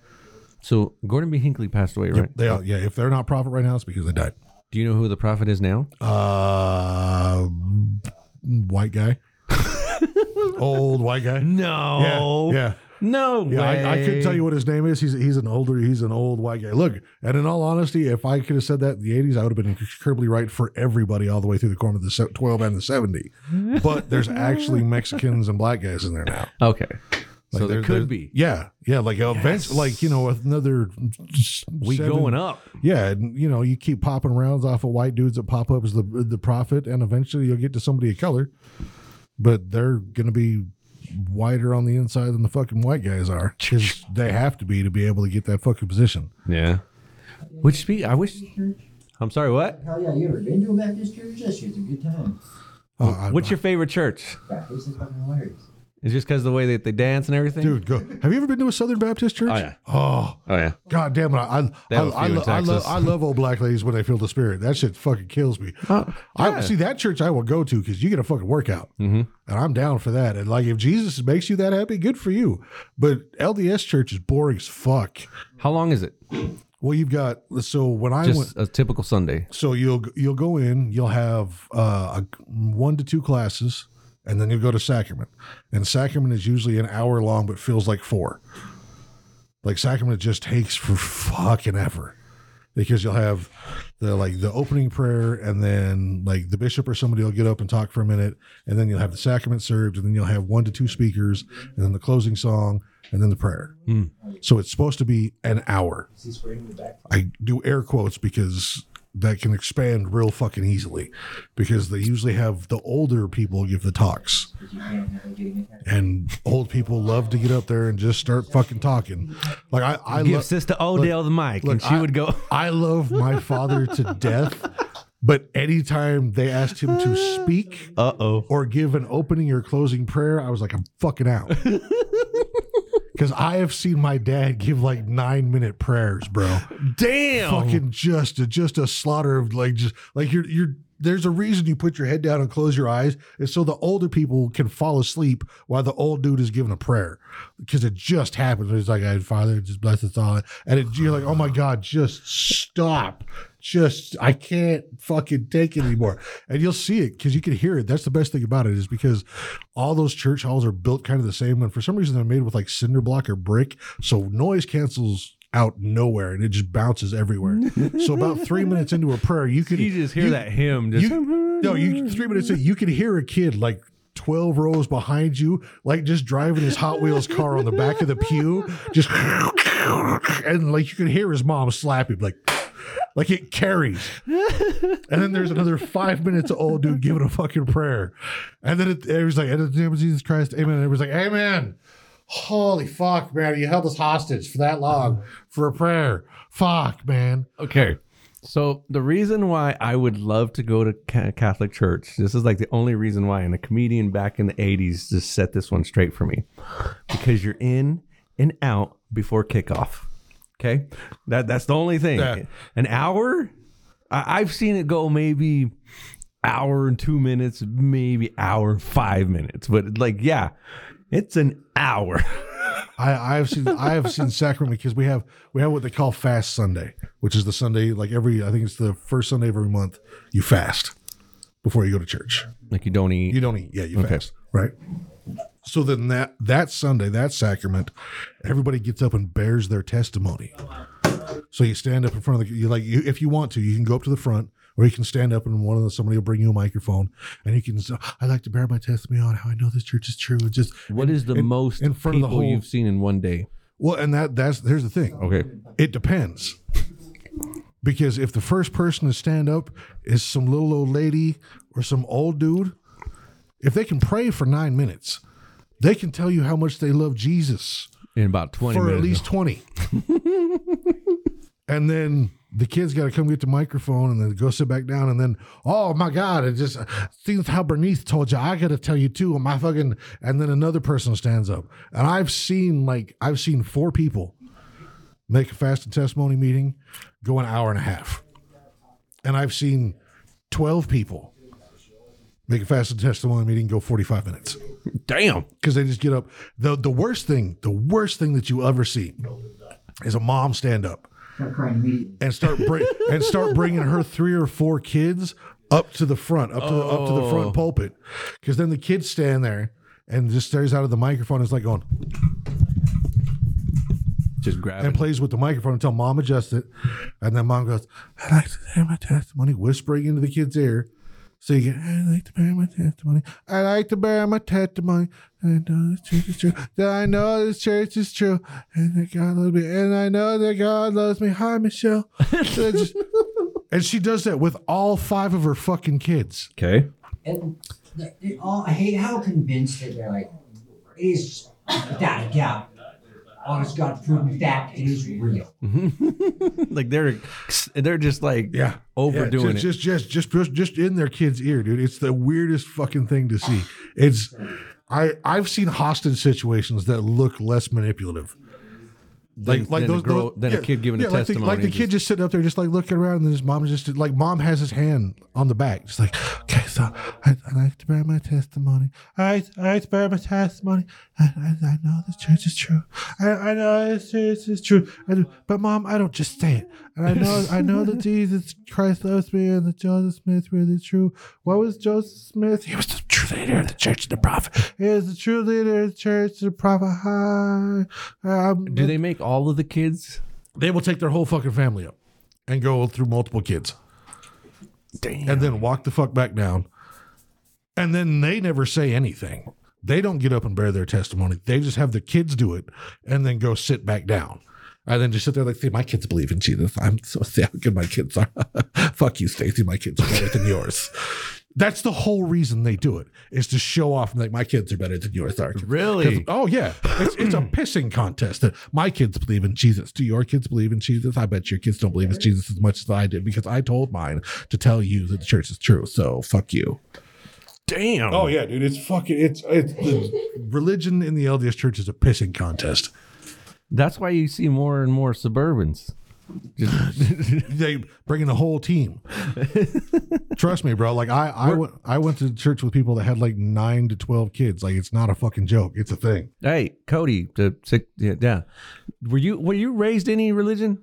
[SPEAKER 3] So Gordon B. Hinckley passed away, right?
[SPEAKER 4] They are, yeah. If they're not prophet right now, it's because they died.
[SPEAKER 3] Do you know who the prophet is now?
[SPEAKER 4] Uh,
[SPEAKER 3] <laughs>
[SPEAKER 4] white guy, old white guy.
[SPEAKER 3] No.
[SPEAKER 4] Yeah, yeah.
[SPEAKER 3] No
[SPEAKER 4] Yeah,
[SPEAKER 3] way.
[SPEAKER 4] I, I couldn't tell you what his name is. He's he's an older, he's an old white guy. Look, and in all honesty, if I could have said that in the '80s, I would have been incredibly right for everybody all the way through the corner of the se- 12 and the 70. But
[SPEAKER 3] <laughs>
[SPEAKER 4] there's actually Mexicans and black guys in there now.
[SPEAKER 3] Okay.
[SPEAKER 4] Like,
[SPEAKER 3] so there could be.
[SPEAKER 4] Yeah, yeah. Like events, like you know, another
[SPEAKER 3] We going up.
[SPEAKER 4] Yeah, and, you know, you keep popping rounds off of white dudes that pop up as the the prophet, and eventually you'll get to somebody of color, but they're gonna be whiter on the inside than the fucking white guys are 'cause they have to be to be able to get that fucking position.
[SPEAKER 3] Yeah. Which speak? I wish. I'm sorry. What?
[SPEAKER 5] Hell yeah, you ever been to a Baptist church? That shit's a good time.
[SPEAKER 4] Oh, I-
[SPEAKER 3] What's your favorite church?
[SPEAKER 5] Baptist is fucking hilarious.
[SPEAKER 3] It's just because the way that they dance and everything.
[SPEAKER 4] dude? Go. Have you ever been to a Southern Baptist church?
[SPEAKER 3] Oh, yeah.
[SPEAKER 4] Oh,
[SPEAKER 3] Oh yeah.
[SPEAKER 4] God damn it! I I, I,
[SPEAKER 3] They have a few
[SPEAKER 4] I,
[SPEAKER 3] in
[SPEAKER 4] lo- I, love
[SPEAKER 3] Texas.
[SPEAKER 4] I love old black ladies when they feel the spirit. That shit fucking kills me. I
[SPEAKER 3] yeah.
[SPEAKER 4] see that church I will go to because you get a fucking workout, mm-hmm. and I'm down for that. And like if Jesus makes you that happy, good for you. But LDS church is boring as fuck.
[SPEAKER 3] How long is it?
[SPEAKER 4] Well, you've got so when I went,
[SPEAKER 3] Just a typical Sunday.
[SPEAKER 4] so you'll you'll go in, you'll have uh, a, one to two classes, and then you'll go to sacrament. And sacrament is usually an hour long, but feels like four. Like sacrament just takes for fucking ever, because you'll have the like the opening prayer, and then like the bishop or somebody will get up and talk for a minute, and then you'll have the sacrament served, and then you'll have one to two speakers, and then the closing song, and then the prayer. So it's supposed to be an hour. I do air quotes because that can expand real fucking easily because they usually have the older people give the talks and old people love to get up there and just start fucking talking like i i
[SPEAKER 3] Give
[SPEAKER 4] love
[SPEAKER 3] Sister Odell the mic,
[SPEAKER 4] look,
[SPEAKER 3] and she
[SPEAKER 4] I-
[SPEAKER 3] would go.
[SPEAKER 4] i love my father to death but anytime they asked him to speak
[SPEAKER 3] Uh oh.
[SPEAKER 4] or give an opening or closing prayer, I was like, I'm
[SPEAKER 3] <laughs>
[SPEAKER 4] fucking out. Because I have seen my dad give like nine minute prayers, bro.
[SPEAKER 3] Damn.
[SPEAKER 4] Fucking just a just a slaughter of like just like you're you're there's a reason you put your head down and close your eyes. It's so the older people can fall asleep while the old dude is giving a prayer. Because it just happened. It's like, I Father, just bless us all. And it, you're like, oh my God, just stop. Just, I can't fucking take it anymore. And you'll see it because you can hear it. That's the best thing about it is because all those church halls are built kind of the same. And for some reason, they're made with like cinder block or brick. So noise cancels out nowhere and it just bounces
[SPEAKER 3] <laughs>
[SPEAKER 4] everywhere. so about three minutes into a prayer, you can
[SPEAKER 3] <laughs> You just hear that hymn. Just
[SPEAKER 4] you, no, you three minutes in, you can hear a kid like 12 rows behind you, like just driving his Hot Wheels car on the back of the pew, just and like you can hear his mom slap him, like like it carries. And then there's another five minutes of old dude giving a fucking prayer. And then it, it was like, in the name of Jesus Christ, amen. And it was like, amen. Holy fuck, man. You held us hostage for that long for a prayer. Fuck, man.
[SPEAKER 3] Okay. So the reason why I would love to go to ca- Catholic church, this is like the only reason why, and a comedian back in the '80s just set this one straight for me, because you're in and out before kickoff. Okay, that that's the only thing.
[SPEAKER 4] Yeah.
[SPEAKER 3] An hour, I, I've seen it go maybe hour and two minutes, maybe hour and five minutes, but like yeah, it's an hour. <laughs>
[SPEAKER 4] I, I've seen I have seen sacrament because we have we have what they call fast Sunday, which is the Sunday like every I think it's the first Sunday of every month you fast before you go to church.
[SPEAKER 3] like you don't eat.
[SPEAKER 4] You don't eat, yeah, you fast, right? So then that that Sunday that sacrament, everybody gets up and bears their testimony. So you stand up in front of the you like you, if you want to you can go up to the front. Or you can stand up and one of the, somebody will bring you a microphone and you can say, I'd like to bear my testimony on how I know this church is true. And just,
[SPEAKER 3] what is the
[SPEAKER 4] in-
[SPEAKER 3] most
[SPEAKER 4] in front of the
[SPEAKER 3] people
[SPEAKER 4] whole-
[SPEAKER 3] you've seen in one day?
[SPEAKER 4] well, and that that's, here's the thing.
[SPEAKER 3] Okay.
[SPEAKER 4] It depends. Because if the first person to stand up is some little old lady or some old dude, if they can pray for nine minutes, they can tell you how much they love Jesus
[SPEAKER 3] In about 20
[SPEAKER 4] for
[SPEAKER 3] minutes.
[SPEAKER 4] at least 20. <laughs> and then the kids got to come get the microphone and then go sit back down. And then, oh my God, it just seems how Bernice told you. I got to tell you too. And my fucking, and then another person stands up. And I've seen like, I've seen four people make a fast and testimony meeting go an hour and a half. And I've seen 12 people Make a fasted testimony meeting go 45 minutes
[SPEAKER 3] Damn.
[SPEAKER 4] because they just get up. The, the worst thing, the worst thing that you ever see is a mom stand up
[SPEAKER 5] Start crying immediately.
[SPEAKER 4] and start bring, and start bringing her three or four kids up to the front, up to the, up to the front pulpit, because then the kids stand there and just stares out of the microphone. It's like going
[SPEAKER 3] Just grab
[SPEAKER 4] and
[SPEAKER 3] it.
[SPEAKER 4] plays with the microphone until mom adjusts it, and then mom goes, "I'd like to hear my testimony," whispering into the kid's ear. So you get, I'd like to bear my testimony. I'd like to bear my testimony. I know this church is true. That I know this church is true. And that God loves me. And I know that God loves me. Hi, Michelle. So it's just- and she does that with all five of her fucking kids.
[SPEAKER 3] Okay.
[SPEAKER 5] And the- it all, I hate how convinced that they're like, it is without a doubt. Honest God proven fact, it is real.
[SPEAKER 3] <laughs> Like they're they're just like overdoing
[SPEAKER 4] just, Just, just, just, just in their kid's ear, dude. It's the weirdest fucking thing to see. It's, I, I've seen hostage situations that look less manipulative. Like,
[SPEAKER 3] Than- than
[SPEAKER 4] like
[SPEAKER 3] a
[SPEAKER 4] those,
[SPEAKER 3] girl-
[SPEAKER 4] those-
[SPEAKER 3] than a kid giving a
[SPEAKER 4] like the- Like the,
[SPEAKER 3] testimony
[SPEAKER 4] kid just sitting up there, just like looking around, and then his mom just like mom has his hand on the back, just like, okay, so I, I like to bear my testimony. I, I like to bear my testimony. I, I, I know this church is true. I, I know this church is true. I do, but mom, I don't just say it. And I know, I
[SPEAKER 3] <laughs>
[SPEAKER 4] know that Jesus Christ loves me, and that Joseph Smith really true. What was Joseph Smith? He was the true leader of the church and the prophet. He was the true leader of the church and the prophet. Hi. Um,
[SPEAKER 3] it. Do they make all of the kids?
[SPEAKER 4] they will take their whole fucking family up and go through multiple kids
[SPEAKER 3] Damn.
[SPEAKER 4] and then walk the fuck back down. And then they never say anything. They don't get up and bear their testimony. They just have the kids do it and then go sit back down. And then just sit there like, see, my kids believe in Jesus. I'm so <laughs> see how good my kids are. <laughs> fuck you, Stacy. My kids are better than yours. That's the whole reason they do it is to show off and like my kids are better than yours. Our kids-
[SPEAKER 3] Really?
[SPEAKER 4] Oh yeah, it's, it's a pissing contest. My kids believe in Jesus. Do your kids believe in Jesus? I bet your kids don't believe in Jesus as much as I did because I told mine to tell you that the church is true. So fuck you.
[SPEAKER 3] Damn.
[SPEAKER 4] Oh yeah, dude, it's fucking it's it's <laughs> the religion in the LDS church is a pissing contest. <laughs>
[SPEAKER 3] That's why you see more and more Suburbans.
[SPEAKER 4] They bring in the whole team. Trust me, bro. Like I I went I went to church with people that had like nine to twelve kids. Like it's not a fucking joke. It's a thing.
[SPEAKER 3] Hey, Cody, the sick yeah, yeah. Were you were you raised any religion?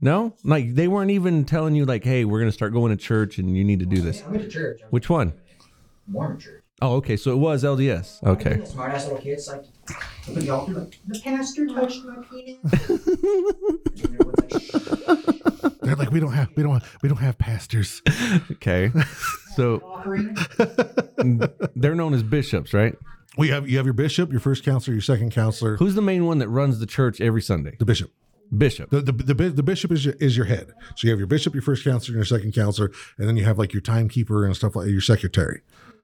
[SPEAKER 3] No? Like they weren't even telling you like, hey, we're gonna start going to church and you need to do this.
[SPEAKER 5] I went to church. I went
[SPEAKER 3] Which one?
[SPEAKER 5] to Mormon church.
[SPEAKER 3] Oh, okay. So it was LDS. Okay.
[SPEAKER 5] Smart ass little kids like up at the altar like the pastor touched my <laughs> penis. And everyone's like, "Shh."
[SPEAKER 4] They're like we don't have we don't we don't have pastors.
[SPEAKER 3] <laughs> Okay. So
[SPEAKER 5] offering.
[SPEAKER 3] they're known as bishops, right?
[SPEAKER 4] We have you have your bishop, your first counselor, your second counselor,
[SPEAKER 3] Who's the main one that runs the church every Sunday?
[SPEAKER 4] the bishop.
[SPEAKER 3] Bishop.
[SPEAKER 4] The, the, the, bi- the bishop is your, is your head. So you have your bishop, your first counselor, and your second counselor, and then you have like your timekeeper and stuff like your secretary.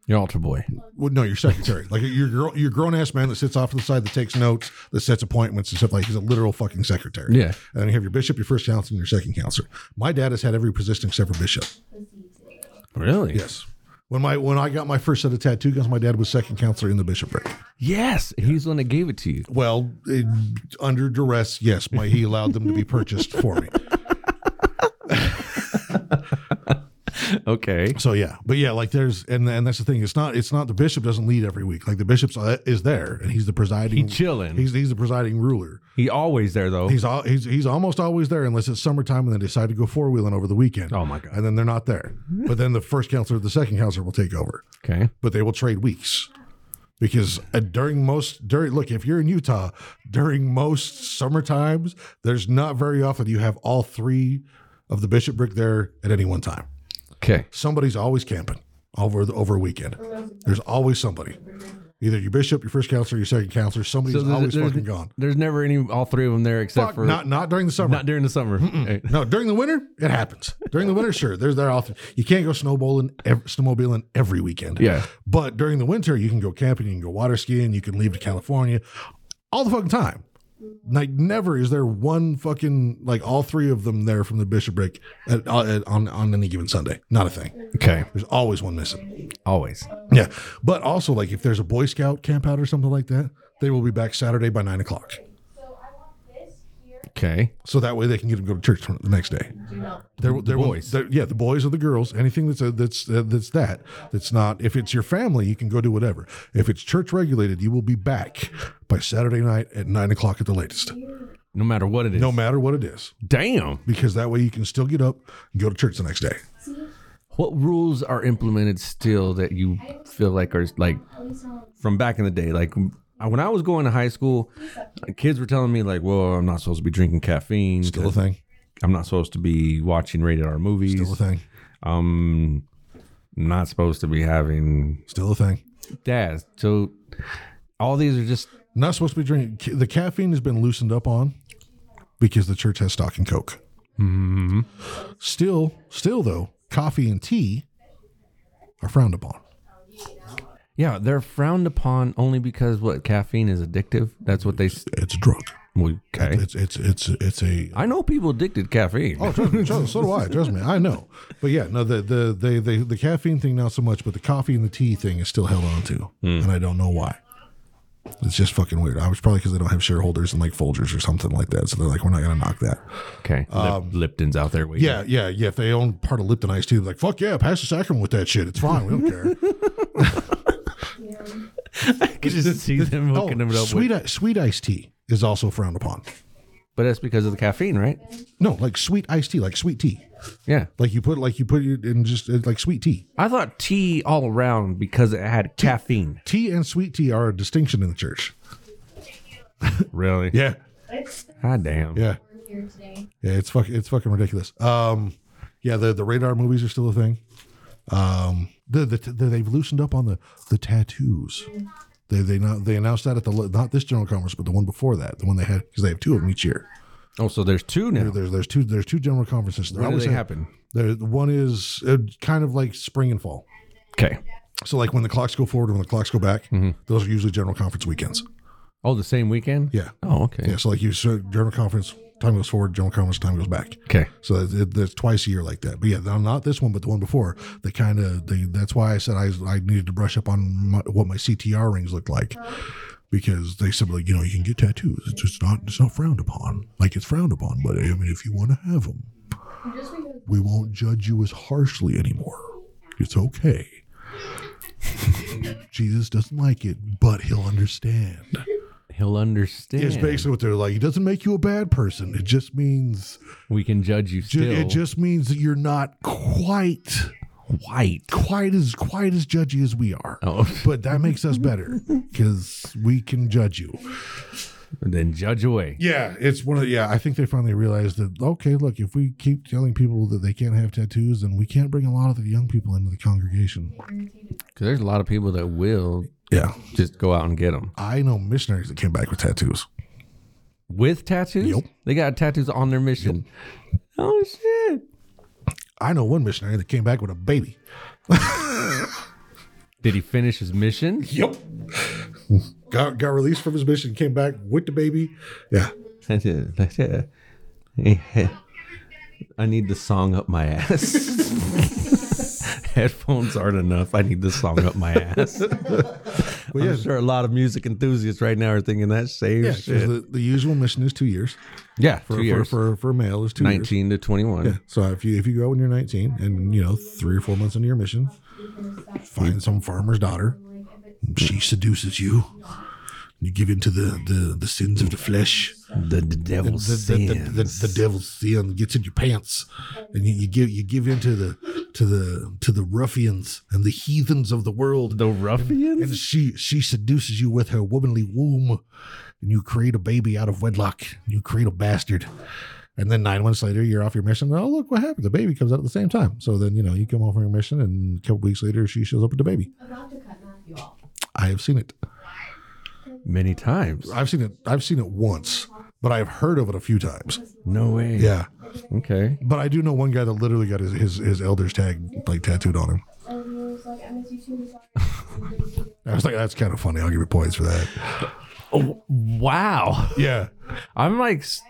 [SPEAKER 3] Your altar boy.
[SPEAKER 4] Well, no, your secretary, <laughs> like your girl, your grown ass man that sits off to the side that takes notes, that sets appointments and stuff like. He's a literal fucking secretary.
[SPEAKER 3] Yeah.
[SPEAKER 4] And then you have your bishop, your first counselor, and your second counselor. My dad has had every position except for bishop.
[SPEAKER 3] Really?
[SPEAKER 4] Yes. When my when I got my first set of tattoo guns, my dad was second counselor in the bishopric.
[SPEAKER 3] Yes. He's the one that gave it to you.
[SPEAKER 4] Well, it, under duress, yes, my, he allowed them to be purchased <laughs> for me.
[SPEAKER 3] Okay.
[SPEAKER 4] So yeah, but yeah, like there's and and that's the thing. It's not it's not the bishop doesn't lead every week. Like the bishop's uh, is there and he's the presiding.
[SPEAKER 3] He chilling.
[SPEAKER 4] He's he's the presiding ruler.
[SPEAKER 3] He always there though.
[SPEAKER 4] He's all he's he's almost always there unless it's summertime and they decide to go four wheeling over the weekend.
[SPEAKER 3] Oh, my God.
[SPEAKER 4] And then they're not there. But then the first counselor, the second counselor will take over.
[SPEAKER 3] okay.
[SPEAKER 4] But they will trade weeks. Because uh, during most during look, if you're in Utah, during most summer times, there's not very often you have all three of the bishopric there at any one time
[SPEAKER 3] Okay.
[SPEAKER 4] somebody's always camping over the over a weekend. There's always somebody. Either your bishop, your first counselor, your second counselor, somebody's always fucking gone.
[SPEAKER 3] There's never any all three of them there except
[SPEAKER 4] Fuck,
[SPEAKER 3] for
[SPEAKER 4] not not during the summer.
[SPEAKER 3] not during the summer. Hey.
[SPEAKER 4] no, during the winter it happens. During the winter, sure, there's that often. You can't go snowballing, ev- snowmobiling every weekend.
[SPEAKER 3] Yeah.
[SPEAKER 4] but during the winter you can go camping, you can go water skiing, you can leave to California, all the fucking time. Like never is there one fucking like all three of them there from the bishopric at, uh, at, on on any given Sunday. Not a thing.
[SPEAKER 3] Okay.
[SPEAKER 4] There's always one missing.
[SPEAKER 3] Always.
[SPEAKER 4] Yeah, but also like if there's a Boy Scout camp out or something like that, they will be back Saturday by nine o'clock.
[SPEAKER 3] Okay.
[SPEAKER 4] so that way they can get them to go to church the next day. They're, they're
[SPEAKER 3] Boys.
[SPEAKER 4] they're- yeah, the boys or the girls, anything that's a, that's uh, that's that that's not. If it's your family, you can go do whatever. If it's church regulated, you will be back by Saturday night at nine o'clock at the latest,
[SPEAKER 3] No matter what it is.
[SPEAKER 4] no matter what it is,
[SPEAKER 3] Damn.
[SPEAKER 4] because that way you can still get up and go to church the next day.
[SPEAKER 3] What rules are implemented still that you feel like are like from back in the day? Like I- when I was going to high school, kids were telling me like, "Well, I'm not supposed to be drinking caffeine.
[SPEAKER 4] Still a thing.
[SPEAKER 3] I'm not supposed to be watching rated R movies.
[SPEAKER 4] Still a thing.
[SPEAKER 3] I'm not supposed to be having
[SPEAKER 4] Still a thing.
[SPEAKER 3] dads." So all these are just
[SPEAKER 4] Not supposed to be drinking. ca- The caffeine has been loosened up on because the church has stock and coke. Still, still though, coffee and tea are frowned upon.
[SPEAKER 3] yeah, they're frowned upon only because what caffeine is addictive. That's what they s-
[SPEAKER 4] It's a drug.
[SPEAKER 3] okay.
[SPEAKER 4] It's it's it's it's a.
[SPEAKER 3] I know people addicted to caffeine.
[SPEAKER 4] Oh, <laughs> trust me, trust, so do I. Trust me, I know. But yeah, no, the the they they the caffeine thing not so much, but the coffee and the tea thing is still held on to, and I don't know why. It's just fucking weird. I was probably because they don't have shareholders in like Folgers or something like that, so they're like, we're not gonna knock that.
[SPEAKER 3] Okay, Lip- Lipton's out there waiting.
[SPEAKER 4] um, Yeah, yeah, yeah. If they own part of Lipton Ice Tea, they're like, fuck yeah, pass the sacrament with that shit. It's fine. We don't care.
[SPEAKER 3] <laughs> I could <laughs> just see them hooking them
[SPEAKER 4] oh,
[SPEAKER 3] up.
[SPEAKER 4] sweet
[SPEAKER 3] with,
[SPEAKER 4] i- sweet iced tea is also frowned upon.
[SPEAKER 3] but that's because of the caffeine, right?
[SPEAKER 4] No, like sweet iced tea, like sweet tea.
[SPEAKER 3] Yeah,
[SPEAKER 4] Like you put like you put it in just it's like sweet tea.
[SPEAKER 3] I thought tea all around because it had caffeine.
[SPEAKER 4] Tea and sweet tea are a distinction in the church.
[SPEAKER 3] Really?
[SPEAKER 4] Yeah,
[SPEAKER 3] God damn.
[SPEAKER 4] yeah,
[SPEAKER 6] here today.
[SPEAKER 4] yeah. It's fucking it's fucking ridiculous. Um, yeah, the the radar movies are still a thing. Um, the, the, the they've loosened up on the the tattoos. They they not they announced that at the not this general conference, but the one before that, the one they had because they have two of them each year.
[SPEAKER 3] Oh, so there's two now.
[SPEAKER 4] There's there's two there's two general conferences. They're
[SPEAKER 3] When do
[SPEAKER 4] always
[SPEAKER 3] they
[SPEAKER 4] ha-
[SPEAKER 3] happen?
[SPEAKER 4] There, one is uh, kind of like spring and fall.
[SPEAKER 3] Okay.
[SPEAKER 4] So like when the clocks go forward and when the clocks go back,
[SPEAKER 3] Mm-hmm.
[SPEAKER 4] those are usually general conference weekends.
[SPEAKER 3] Oh, the same weekend.
[SPEAKER 4] Yeah.
[SPEAKER 3] Oh, okay.
[SPEAKER 4] Yeah. So like you said, general conference time goes forward, general conference time goes back.
[SPEAKER 3] Okay.
[SPEAKER 4] So that- it, that's twice a year like that. But yeah, no, not this one, but the one before. They kind of they. That's why I said I I needed to brush up on my, what my CTR rings looked like. Because they said, like, you know, you can get tattoos. It's just not, it's not frowned upon. Like, it's frowned upon, but I mean, if you want to have them, we won't judge you as harshly anymore. It's okay. <laughs> Jesus doesn't like it, but he'll understand.
[SPEAKER 3] He'll understand.
[SPEAKER 4] It's basically what they're like. It doesn't make you a bad person. It just means
[SPEAKER 3] we can judge you
[SPEAKER 4] ju-
[SPEAKER 3] still.
[SPEAKER 4] it just means that you're not quite
[SPEAKER 3] white.
[SPEAKER 4] quite as quite as judgy as we are.
[SPEAKER 3] Oh,
[SPEAKER 4] But that makes us better because we can judge you.
[SPEAKER 3] then judge away.
[SPEAKER 4] Yeah, it's one of yeah. I think they finally realized that okay, look, if we keep telling people that they can't have tattoos, then we can't bring a lot of the young people into the congregation.
[SPEAKER 3] Because there's a lot of people that will
[SPEAKER 4] Yeah,
[SPEAKER 3] just go out and get them
[SPEAKER 4] I know missionaries that came back with tattoos.
[SPEAKER 3] with tattoos.
[SPEAKER 4] Yep.
[SPEAKER 3] They got tattoos on their mission. Oh shit.
[SPEAKER 4] I know one missionary that came back with a baby.
[SPEAKER 3] Did he finish his mission?
[SPEAKER 4] Yep. Got, got released from his mission, came back with the baby. Yeah.
[SPEAKER 3] <laughs> That's it. That's it. <laughs> I need the song up my ass. <laughs> Headphones aren't enough. I need the song up my <laughs> ass.
[SPEAKER 4] Well, yeah.
[SPEAKER 3] I'm sure a lot of music enthusiasts right now are thinking that saves
[SPEAKER 4] Yeah, 'cause
[SPEAKER 3] shit.
[SPEAKER 4] the, the usual mission is two years.
[SPEAKER 3] yeah,
[SPEAKER 4] For,
[SPEAKER 3] uh, two years,
[SPEAKER 4] For, for, for male is two years.
[SPEAKER 3] 19 to 21.
[SPEAKER 4] Yeah. So if you if you go when you're 19 and you know three or four months into your mission, find some farmer's daughter, she seduces you, you give into the the, the sins of the flesh,
[SPEAKER 3] The, the
[SPEAKER 4] the,
[SPEAKER 3] devil's
[SPEAKER 4] the, the, the, the devil's sin gets in your pants, and you, you give you give into the to the to the ruffians and the heathens of the world.
[SPEAKER 3] ruffians?
[SPEAKER 4] and she she seduces you with her womanly womb and you create a baby out of wedlock you create a bastard and then nine months later you're off your mission oh look what happened the baby comes out at the same time so then you know you come off your mission and a couple weeks later she shows up with the baby
[SPEAKER 6] About to cut Matthew off.
[SPEAKER 4] i have seen it
[SPEAKER 3] Many times.
[SPEAKER 4] i've seen it i've seen it once but i've heard of it a few times
[SPEAKER 3] No way.
[SPEAKER 4] yeah
[SPEAKER 3] Okay.
[SPEAKER 4] but i do know one guy that literally got his his, his elder's tag like tattooed on him
[SPEAKER 6] And he was like, I miss you too. sorry."
[SPEAKER 4] i was like that's kind of funny i'll give you points for that
[SPEAKER 3] Oh, wow.
[SPEAKER 4] yeah
[SPEAKER 3] I'm like, s-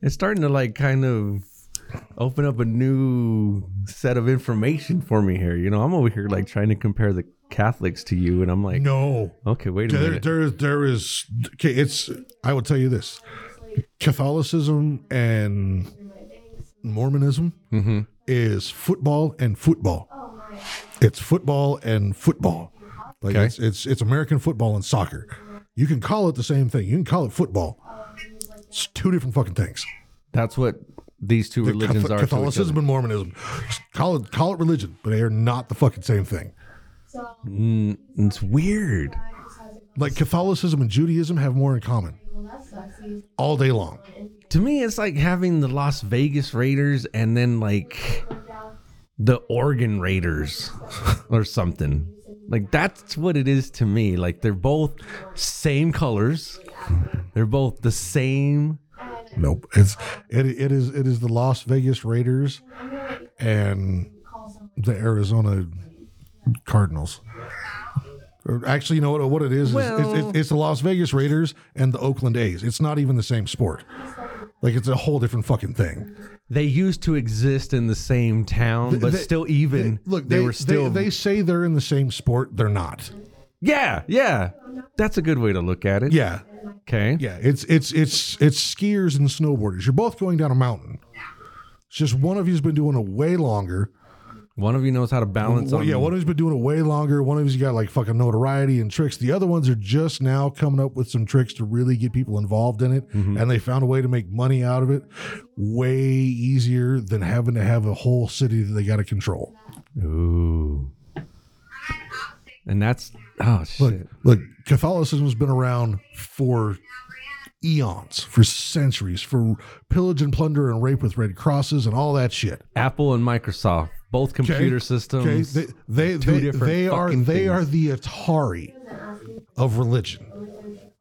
[SPEAKER 3] it's starting to like kind of open up a new set of information for me here. You know, I'm over here like trying to compare the Catholics to you, and I'm like,
[SPEAKER 4] no
[SPEAKER 3] okay, wait a
[SPEAKER 4] there,
[SPEAKER 3] minute.
[SPEAKER 4] there, there is okay. It's I will tell you this: Catholicism and
[SPEAKER 6] through my bangs.
[SPEAKER 4] Mormonism
[SPEAKER 3] Mm-hmm.
[SPEAKER 4] is football and football.
[SPEAKER 6] Oh my.
[SPEAKER 4] It's football and football. Like
[SPEAKER 3] Okay.
[SPEAKER 4] it's, it's it's American football and soccer. You can call it the same thing. You can call it football. It's two different fucking things.
[SPEAKER 3] That's what these two
[SPEAKER 4] The
[SPEAKER 3] religions
[SPEAKER 4] Cath-
[SPEAKER 3] are. to each
[SPEAKER 4] Catholicism
[SPEAKER 3] other.
[SPEAKER 4] and Mormonism. Call it call it religion, but they are not the fucking same thing.
[SPEAKER 6] So
[SPEAKER 3] Mm, It's weird.
[SPEAKER 6] I just has it.
[SPEAKER 4] Like Catholicism and Judaism have more in common
[SPEAKER 6] Well, that sucks. He's
[SPEAKER 4] all day long.
[SPEAKER 3] To me, it's like having the Las Vegas Raiders and then like the Oregon Raiders <laughs> or something. Like that's what it is to me. Like they're both same colors. They're both the same.
[SPEAKER 4] Nope. It's it, it is it is the Las Vegas Raiders and the Arizona Cardinals. Or Actually, you know what? What it is is it's, it's, it's the Las Vegas Raiders and the Oakland A's. It's not even the same sport. Like it's a whole different fucking thing.
[SPEAKER 3] They used to exist in the same town, but
[SPEAKER 4] they-
[SPEAKER 3] still even.
[SPEAKER 4] Look,
[SPEAKER 3] they, were still.
[SPEAKER 4] they, say they're in the same sport. They're not.
[SPEAKER 3] yeah, yeah. That's a good way to look at it.
[SPEAKER 4] Yeah,
[SPEAKER 3] Okay.
[SPEAKER 4] yeah. It's it's it's it's skiers and snowboarders. You're both going down a mountain. It's just one of you's been doing it way longer.
[SPEAKER 3] One of you knows how to balance.
[SPEAKER 4] Well,
[SPEAKER 3] on,
[SPEAKER 4] yeah, one of them's been doing it way longer. One of them's got like fucking notoriety and tricks. The other ones are just now coming up with some tricks to really get people involved in it,
[SPEAKER 3] Mm-hmm.
[SPEAKER 4] and they found a way to make money out of it, way easier than having to have a whole city that they got to control.
[SPEAKER 3] Ooh. And that's oh shit.
[SPEAKER 4] Look, look, Catholicism's been around for eons, for centuries, for pillage and plunder and rape with red crosses and all that shit.
[SPEAKER 3] Apple and Microsoft, both computer
[SPEAKER 4] Okay,
[SPEAKER 3] systems.
[SPEAKER 4] they they
[SPEAKER 3] two
[SPEAKER 4] they,
[SPEAKER 3] different
[SPEAKER 4] they are
[SPEAKER 3] fucking
[SPEAKER 4] they
[SPEAKER 3] things.
[SPEAKER 4] are the Atari of religion.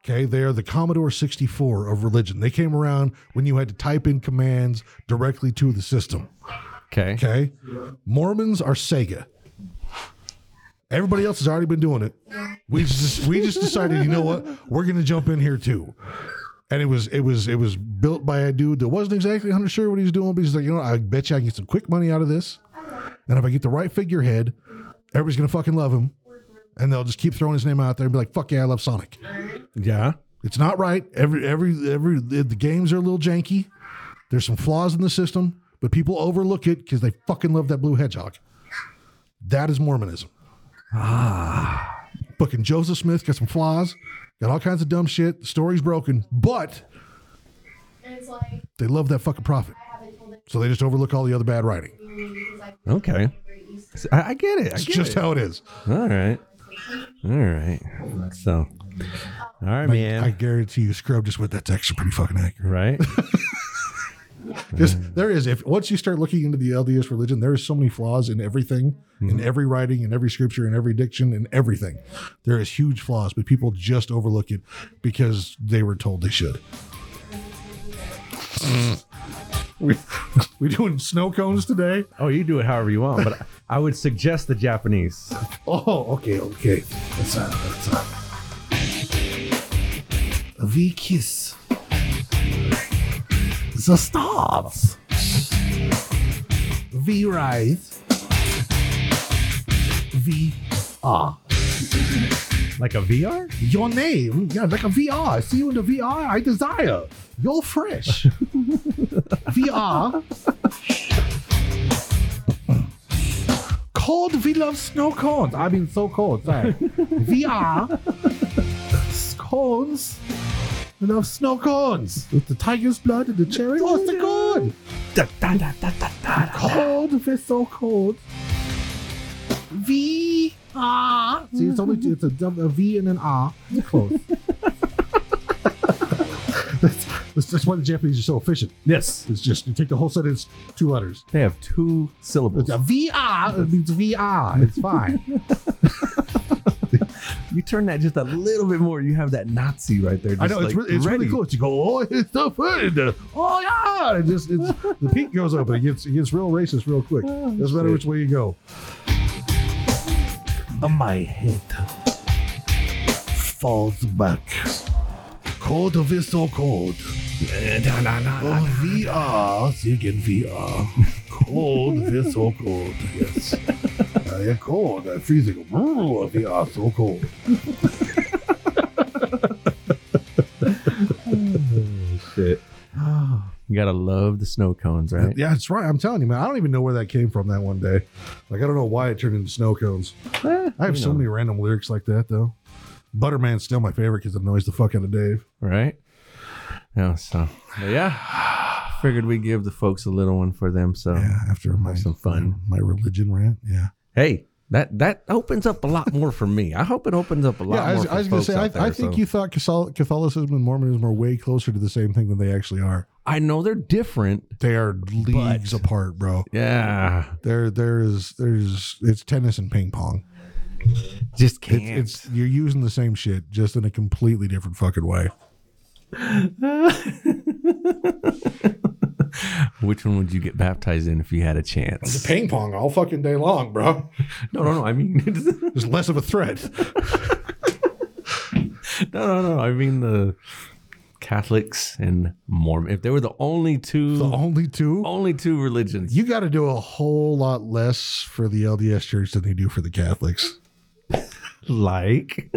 [SPEAKER 4] Okay, they are the Commodore 64 of religion. They came around when you had to type in commands directly to the system.
[SPEAKER 3] okay.
[SPEAKER 4] Okay, Mormons are Sega. Everybody else has already been doing it. We just <laughs> we just decided, you know what, we're gonna jump in here too. And it was it was it was built by a dude that wasn't exactly 100 sure what he was doing, but he's like, you know, what, I bet you I can get some quick money out of this. And if I get the right figurehead, everybody's gonna fucking love him, and they'll just keep throwing his name out there and be like, fuck yeah, I love Sonic.
[SPEAKER 3] Yeah.
[SPEAKER 4] It's not right. Every every every the the games are a little janky. There's some flaws in the system, but people overlook it because they fucking love that blue hedgehog. That is Mormonism. Ah. Fucking Joseph Smith got some flaws, got all kinds of dumb shit. The story's broken, but
[SPEAKER 6] and it's like
[SPEAKER 4] they love that fucking prophet.
[SPEAKER 6] I haven't told it
[SPEAKER 4] So they just overlook all the other bad writing.
[SPEAKER 6] to you because I
[SPEAKER 3] Okay.
[SPEAKER 6] very easy.
[SPEAKER 3] S- I, I get it. I
[SPEAKER 4] It's
[SPEAKER 3] get
[SPEAKER 4] just
[SPEAKER 3] it.
[SPEAKER 4] how it is.
[SPEAKER 3] All right. All right. So. All right, man.
[SPEAKER 4] I guarantee you, Scrub just went, that's actually pretty fucking accurate. <laughs>
[SPEAKER 3] right.
[SPEAKER 4] Because there is, if once you start looking into the LDS religion, there is so many flaws in everything, in every writing, in every scripture, in every diction, in everything. There is huge flaws, but people just overlook it because they were told they should. <laughs> we we doing snow cones today?
[SPEAKER 3] Oh, you do it however you want, but I would suggest the Japanese.
[SPEAKER 4] Oh, okay, okay. That's not, that's not.
[SPEAKER 7] The kiss. The stars. The rise. The are.
[SPEAKER 3] Like a VR?
[SPEAKER 7] Your name, yeah, like a VR. See you in the VR I desire. You're fresh.
[SPEAKER 3] <laughs>
[SPEAKER 7] VR. Cold, we love snow cones. I've been so cold. <laughs> Sorry. VR. Cones. We love snow cones. With the tiger's blood and the cherry. Oh, it's the good. Cold, we're so cold. V R. See, it's only it's a, dub- a V and an R. <laughs> Close.
[SPEAKER 4] That's, that's why the Japanese are so efficient.
[SPEAKER 3] Yes.
[SPEAKER 4] It's just you take the whole sentence, two letters.
[SPEAKER 3] They have two syllables.
[SPEAKER 7] It's a VR. It means VR. It's fine.
[SPEAKER 3] You turn that just a little bit more, you have that Nazi right there.
[SPEAKER 4] I know
[SPEAKER 3] just,
[SPEAKER 4] it's,
[SPEAKER 3] like,
[SPEAKER 4] really, it's really
[SPEAKER 3] ready.
[SPEAKER 4] cool. You go, oh, it's the food. Oh yeah, it just it's, the peak goes up. It gets it gets real racist real quick.
[SPEAKER 7] Oh,
[SPEAKER 4] Doesn't matter which way you go.
[SPEAKER 7] Oh, My head falls back.
[SPEAKER 4] Cold of is so cold.
[SPEAKER 7] Oh, VR. See again, VR. Cold, we're so cold. <laughs> Yes.
[SPEAKER 4] I am cold. I'm freezing. Brrr, we are so cold.
[SPEAKER 3] Shit. love the snow cones, right?
[SPEAKER 4] Yeah, that's right. I'm telling you, man. I don't even know where that came from. That one day, like I don't know why it turned into snow cones.
[SPEAKER 3] Eh,
[SPEAKER 4] I have
[SPEAKER 3] you
[SPEAKER 4] so
[SPEAKER 3] know,
[SPEAKER 4] many random lyrics like that though. Butterman's still my favorite because it annoys the fuck out of Dave.
[SPEAKER 3] right? Yeah, so but yeah. <sighs> Figured we'd give the folks a little one for them. So
[SPEAKER 4] Yeah, after my
[SPEAKER 3] some fun.
[SPEAKER 4] my religion rant. Yeah,
[SPEAKER 3] hey, that that opens up a lot more for me. I hope it opens up a lot
[SPEAKER 4] yeah. I was,
[SPEAKER 3] more.
[SPEAKER 4] I was
[SPEAKER 3] for
[SPEAKER 4] gonna
[SPEAKER 3] folks
[SPEAKER 4] say, I,
[SPEAKER 3] out there,
[SPEAKER 4] I think
[SPEAKER 3] so.
[SPEAKER 4] you thought Cathol- Catholicism and Mormonism are way closer to the same thing than they actually are.
[SPEAKER 3] I know they're different.
[SPEAKER 4] They are leagues apart, bro.
[SPEAKER 3] Yeah,
[SPEAKER 4] There, there is, there's, it's tennis and ping pong.
[SPEAKER 3] just can't.
[SPEAKER 4] It's, it's you're using the same shit, just in a completely different fucking way.
[SPEAKER 3] Which one would you get baptized in if you had a
[SPEAKER 4] <laughs>
[SPEAKER 3] chance?
[SPEAKER 4] Ping pong all fucking day long, bro.
[SPEAKER 3] No, no, no. I mean, <laughs> no,
[SPEAKER 4] There's less of
[SPEAKER 3] <laughs>
[SPEAKER 4] a threat.
[SPEAKER 3] no, no. I mean the Catholics and Mormon. If they were the only two,
[SPEAKER 4] The only two.
[SPEAKER 3] only two religions.
[SPEAKER 4] You got to do a whole lot less for the LDS Church than they do for the Catholics.
[SPEAKER 3] like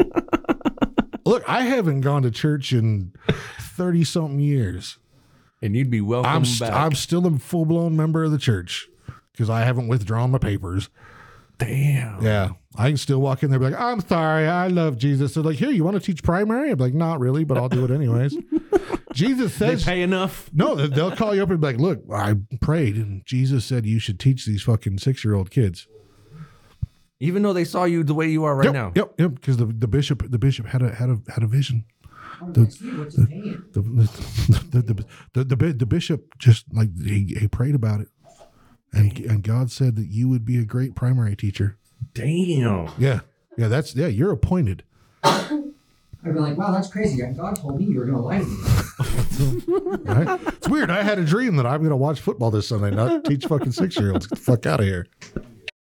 [SPEAKER 3] <laughs>
[SPEAKER 4] Look, I haven't gone to church in thirty something years.
[SPEAKER 3] and you'd be welcome
[SPEAKER 4] I'm st-
[SPEAKER 3] back.
[SPEAKER 4] I'm still a full blown member of the church because I haven't withdrawn my papers.
[SPEAKER 3] Damn.
[SPEAKER 4] Yeah, I can still walk in there and be like, I'm sorry, I love Jesus. They're like, here, you want to teach primary? I'm like, not really, but I'll do
[SPEAKER 3] <laughs>
[SPEAKER 4] it anyways. Jesus
[SPEAKER 3] They
[SPEAKER 4] says.
[SPEAKER 3] pay enough.
[SPEAKER 4] No, they- they'll call you up and be like, "Look, I prayed, and Jesus said you should teach these fucking six-year-old kids."
[SPEAKER 3] Even though they saw you the way you are right
[SPEAKER 4] yep,
[SPEAKER 3] now.
[SPEAKER 4] Yep, yep. Because the, the bishop the bishop had a had a had a vision.
[SPEAKER 5] What's it paying?
[SPEAKER 4] The the the the, the, bi- the bishop just like he, he prayed about it, and and God said that you would be a great primary teacher.
[SPEAKER 3] Damn.
[SPEAKER 4] Yeah, yeah. That's yeah. You're appointed.
[SPEAKER 5] I'd be like, wow, that's crazy. God told me you were gonna lie to me.
[SPEAKER 4] Right? it's weird. I had a dream that I'm going to watch football this Sunday, not teach fucking six year olds. Get the fuck out of here.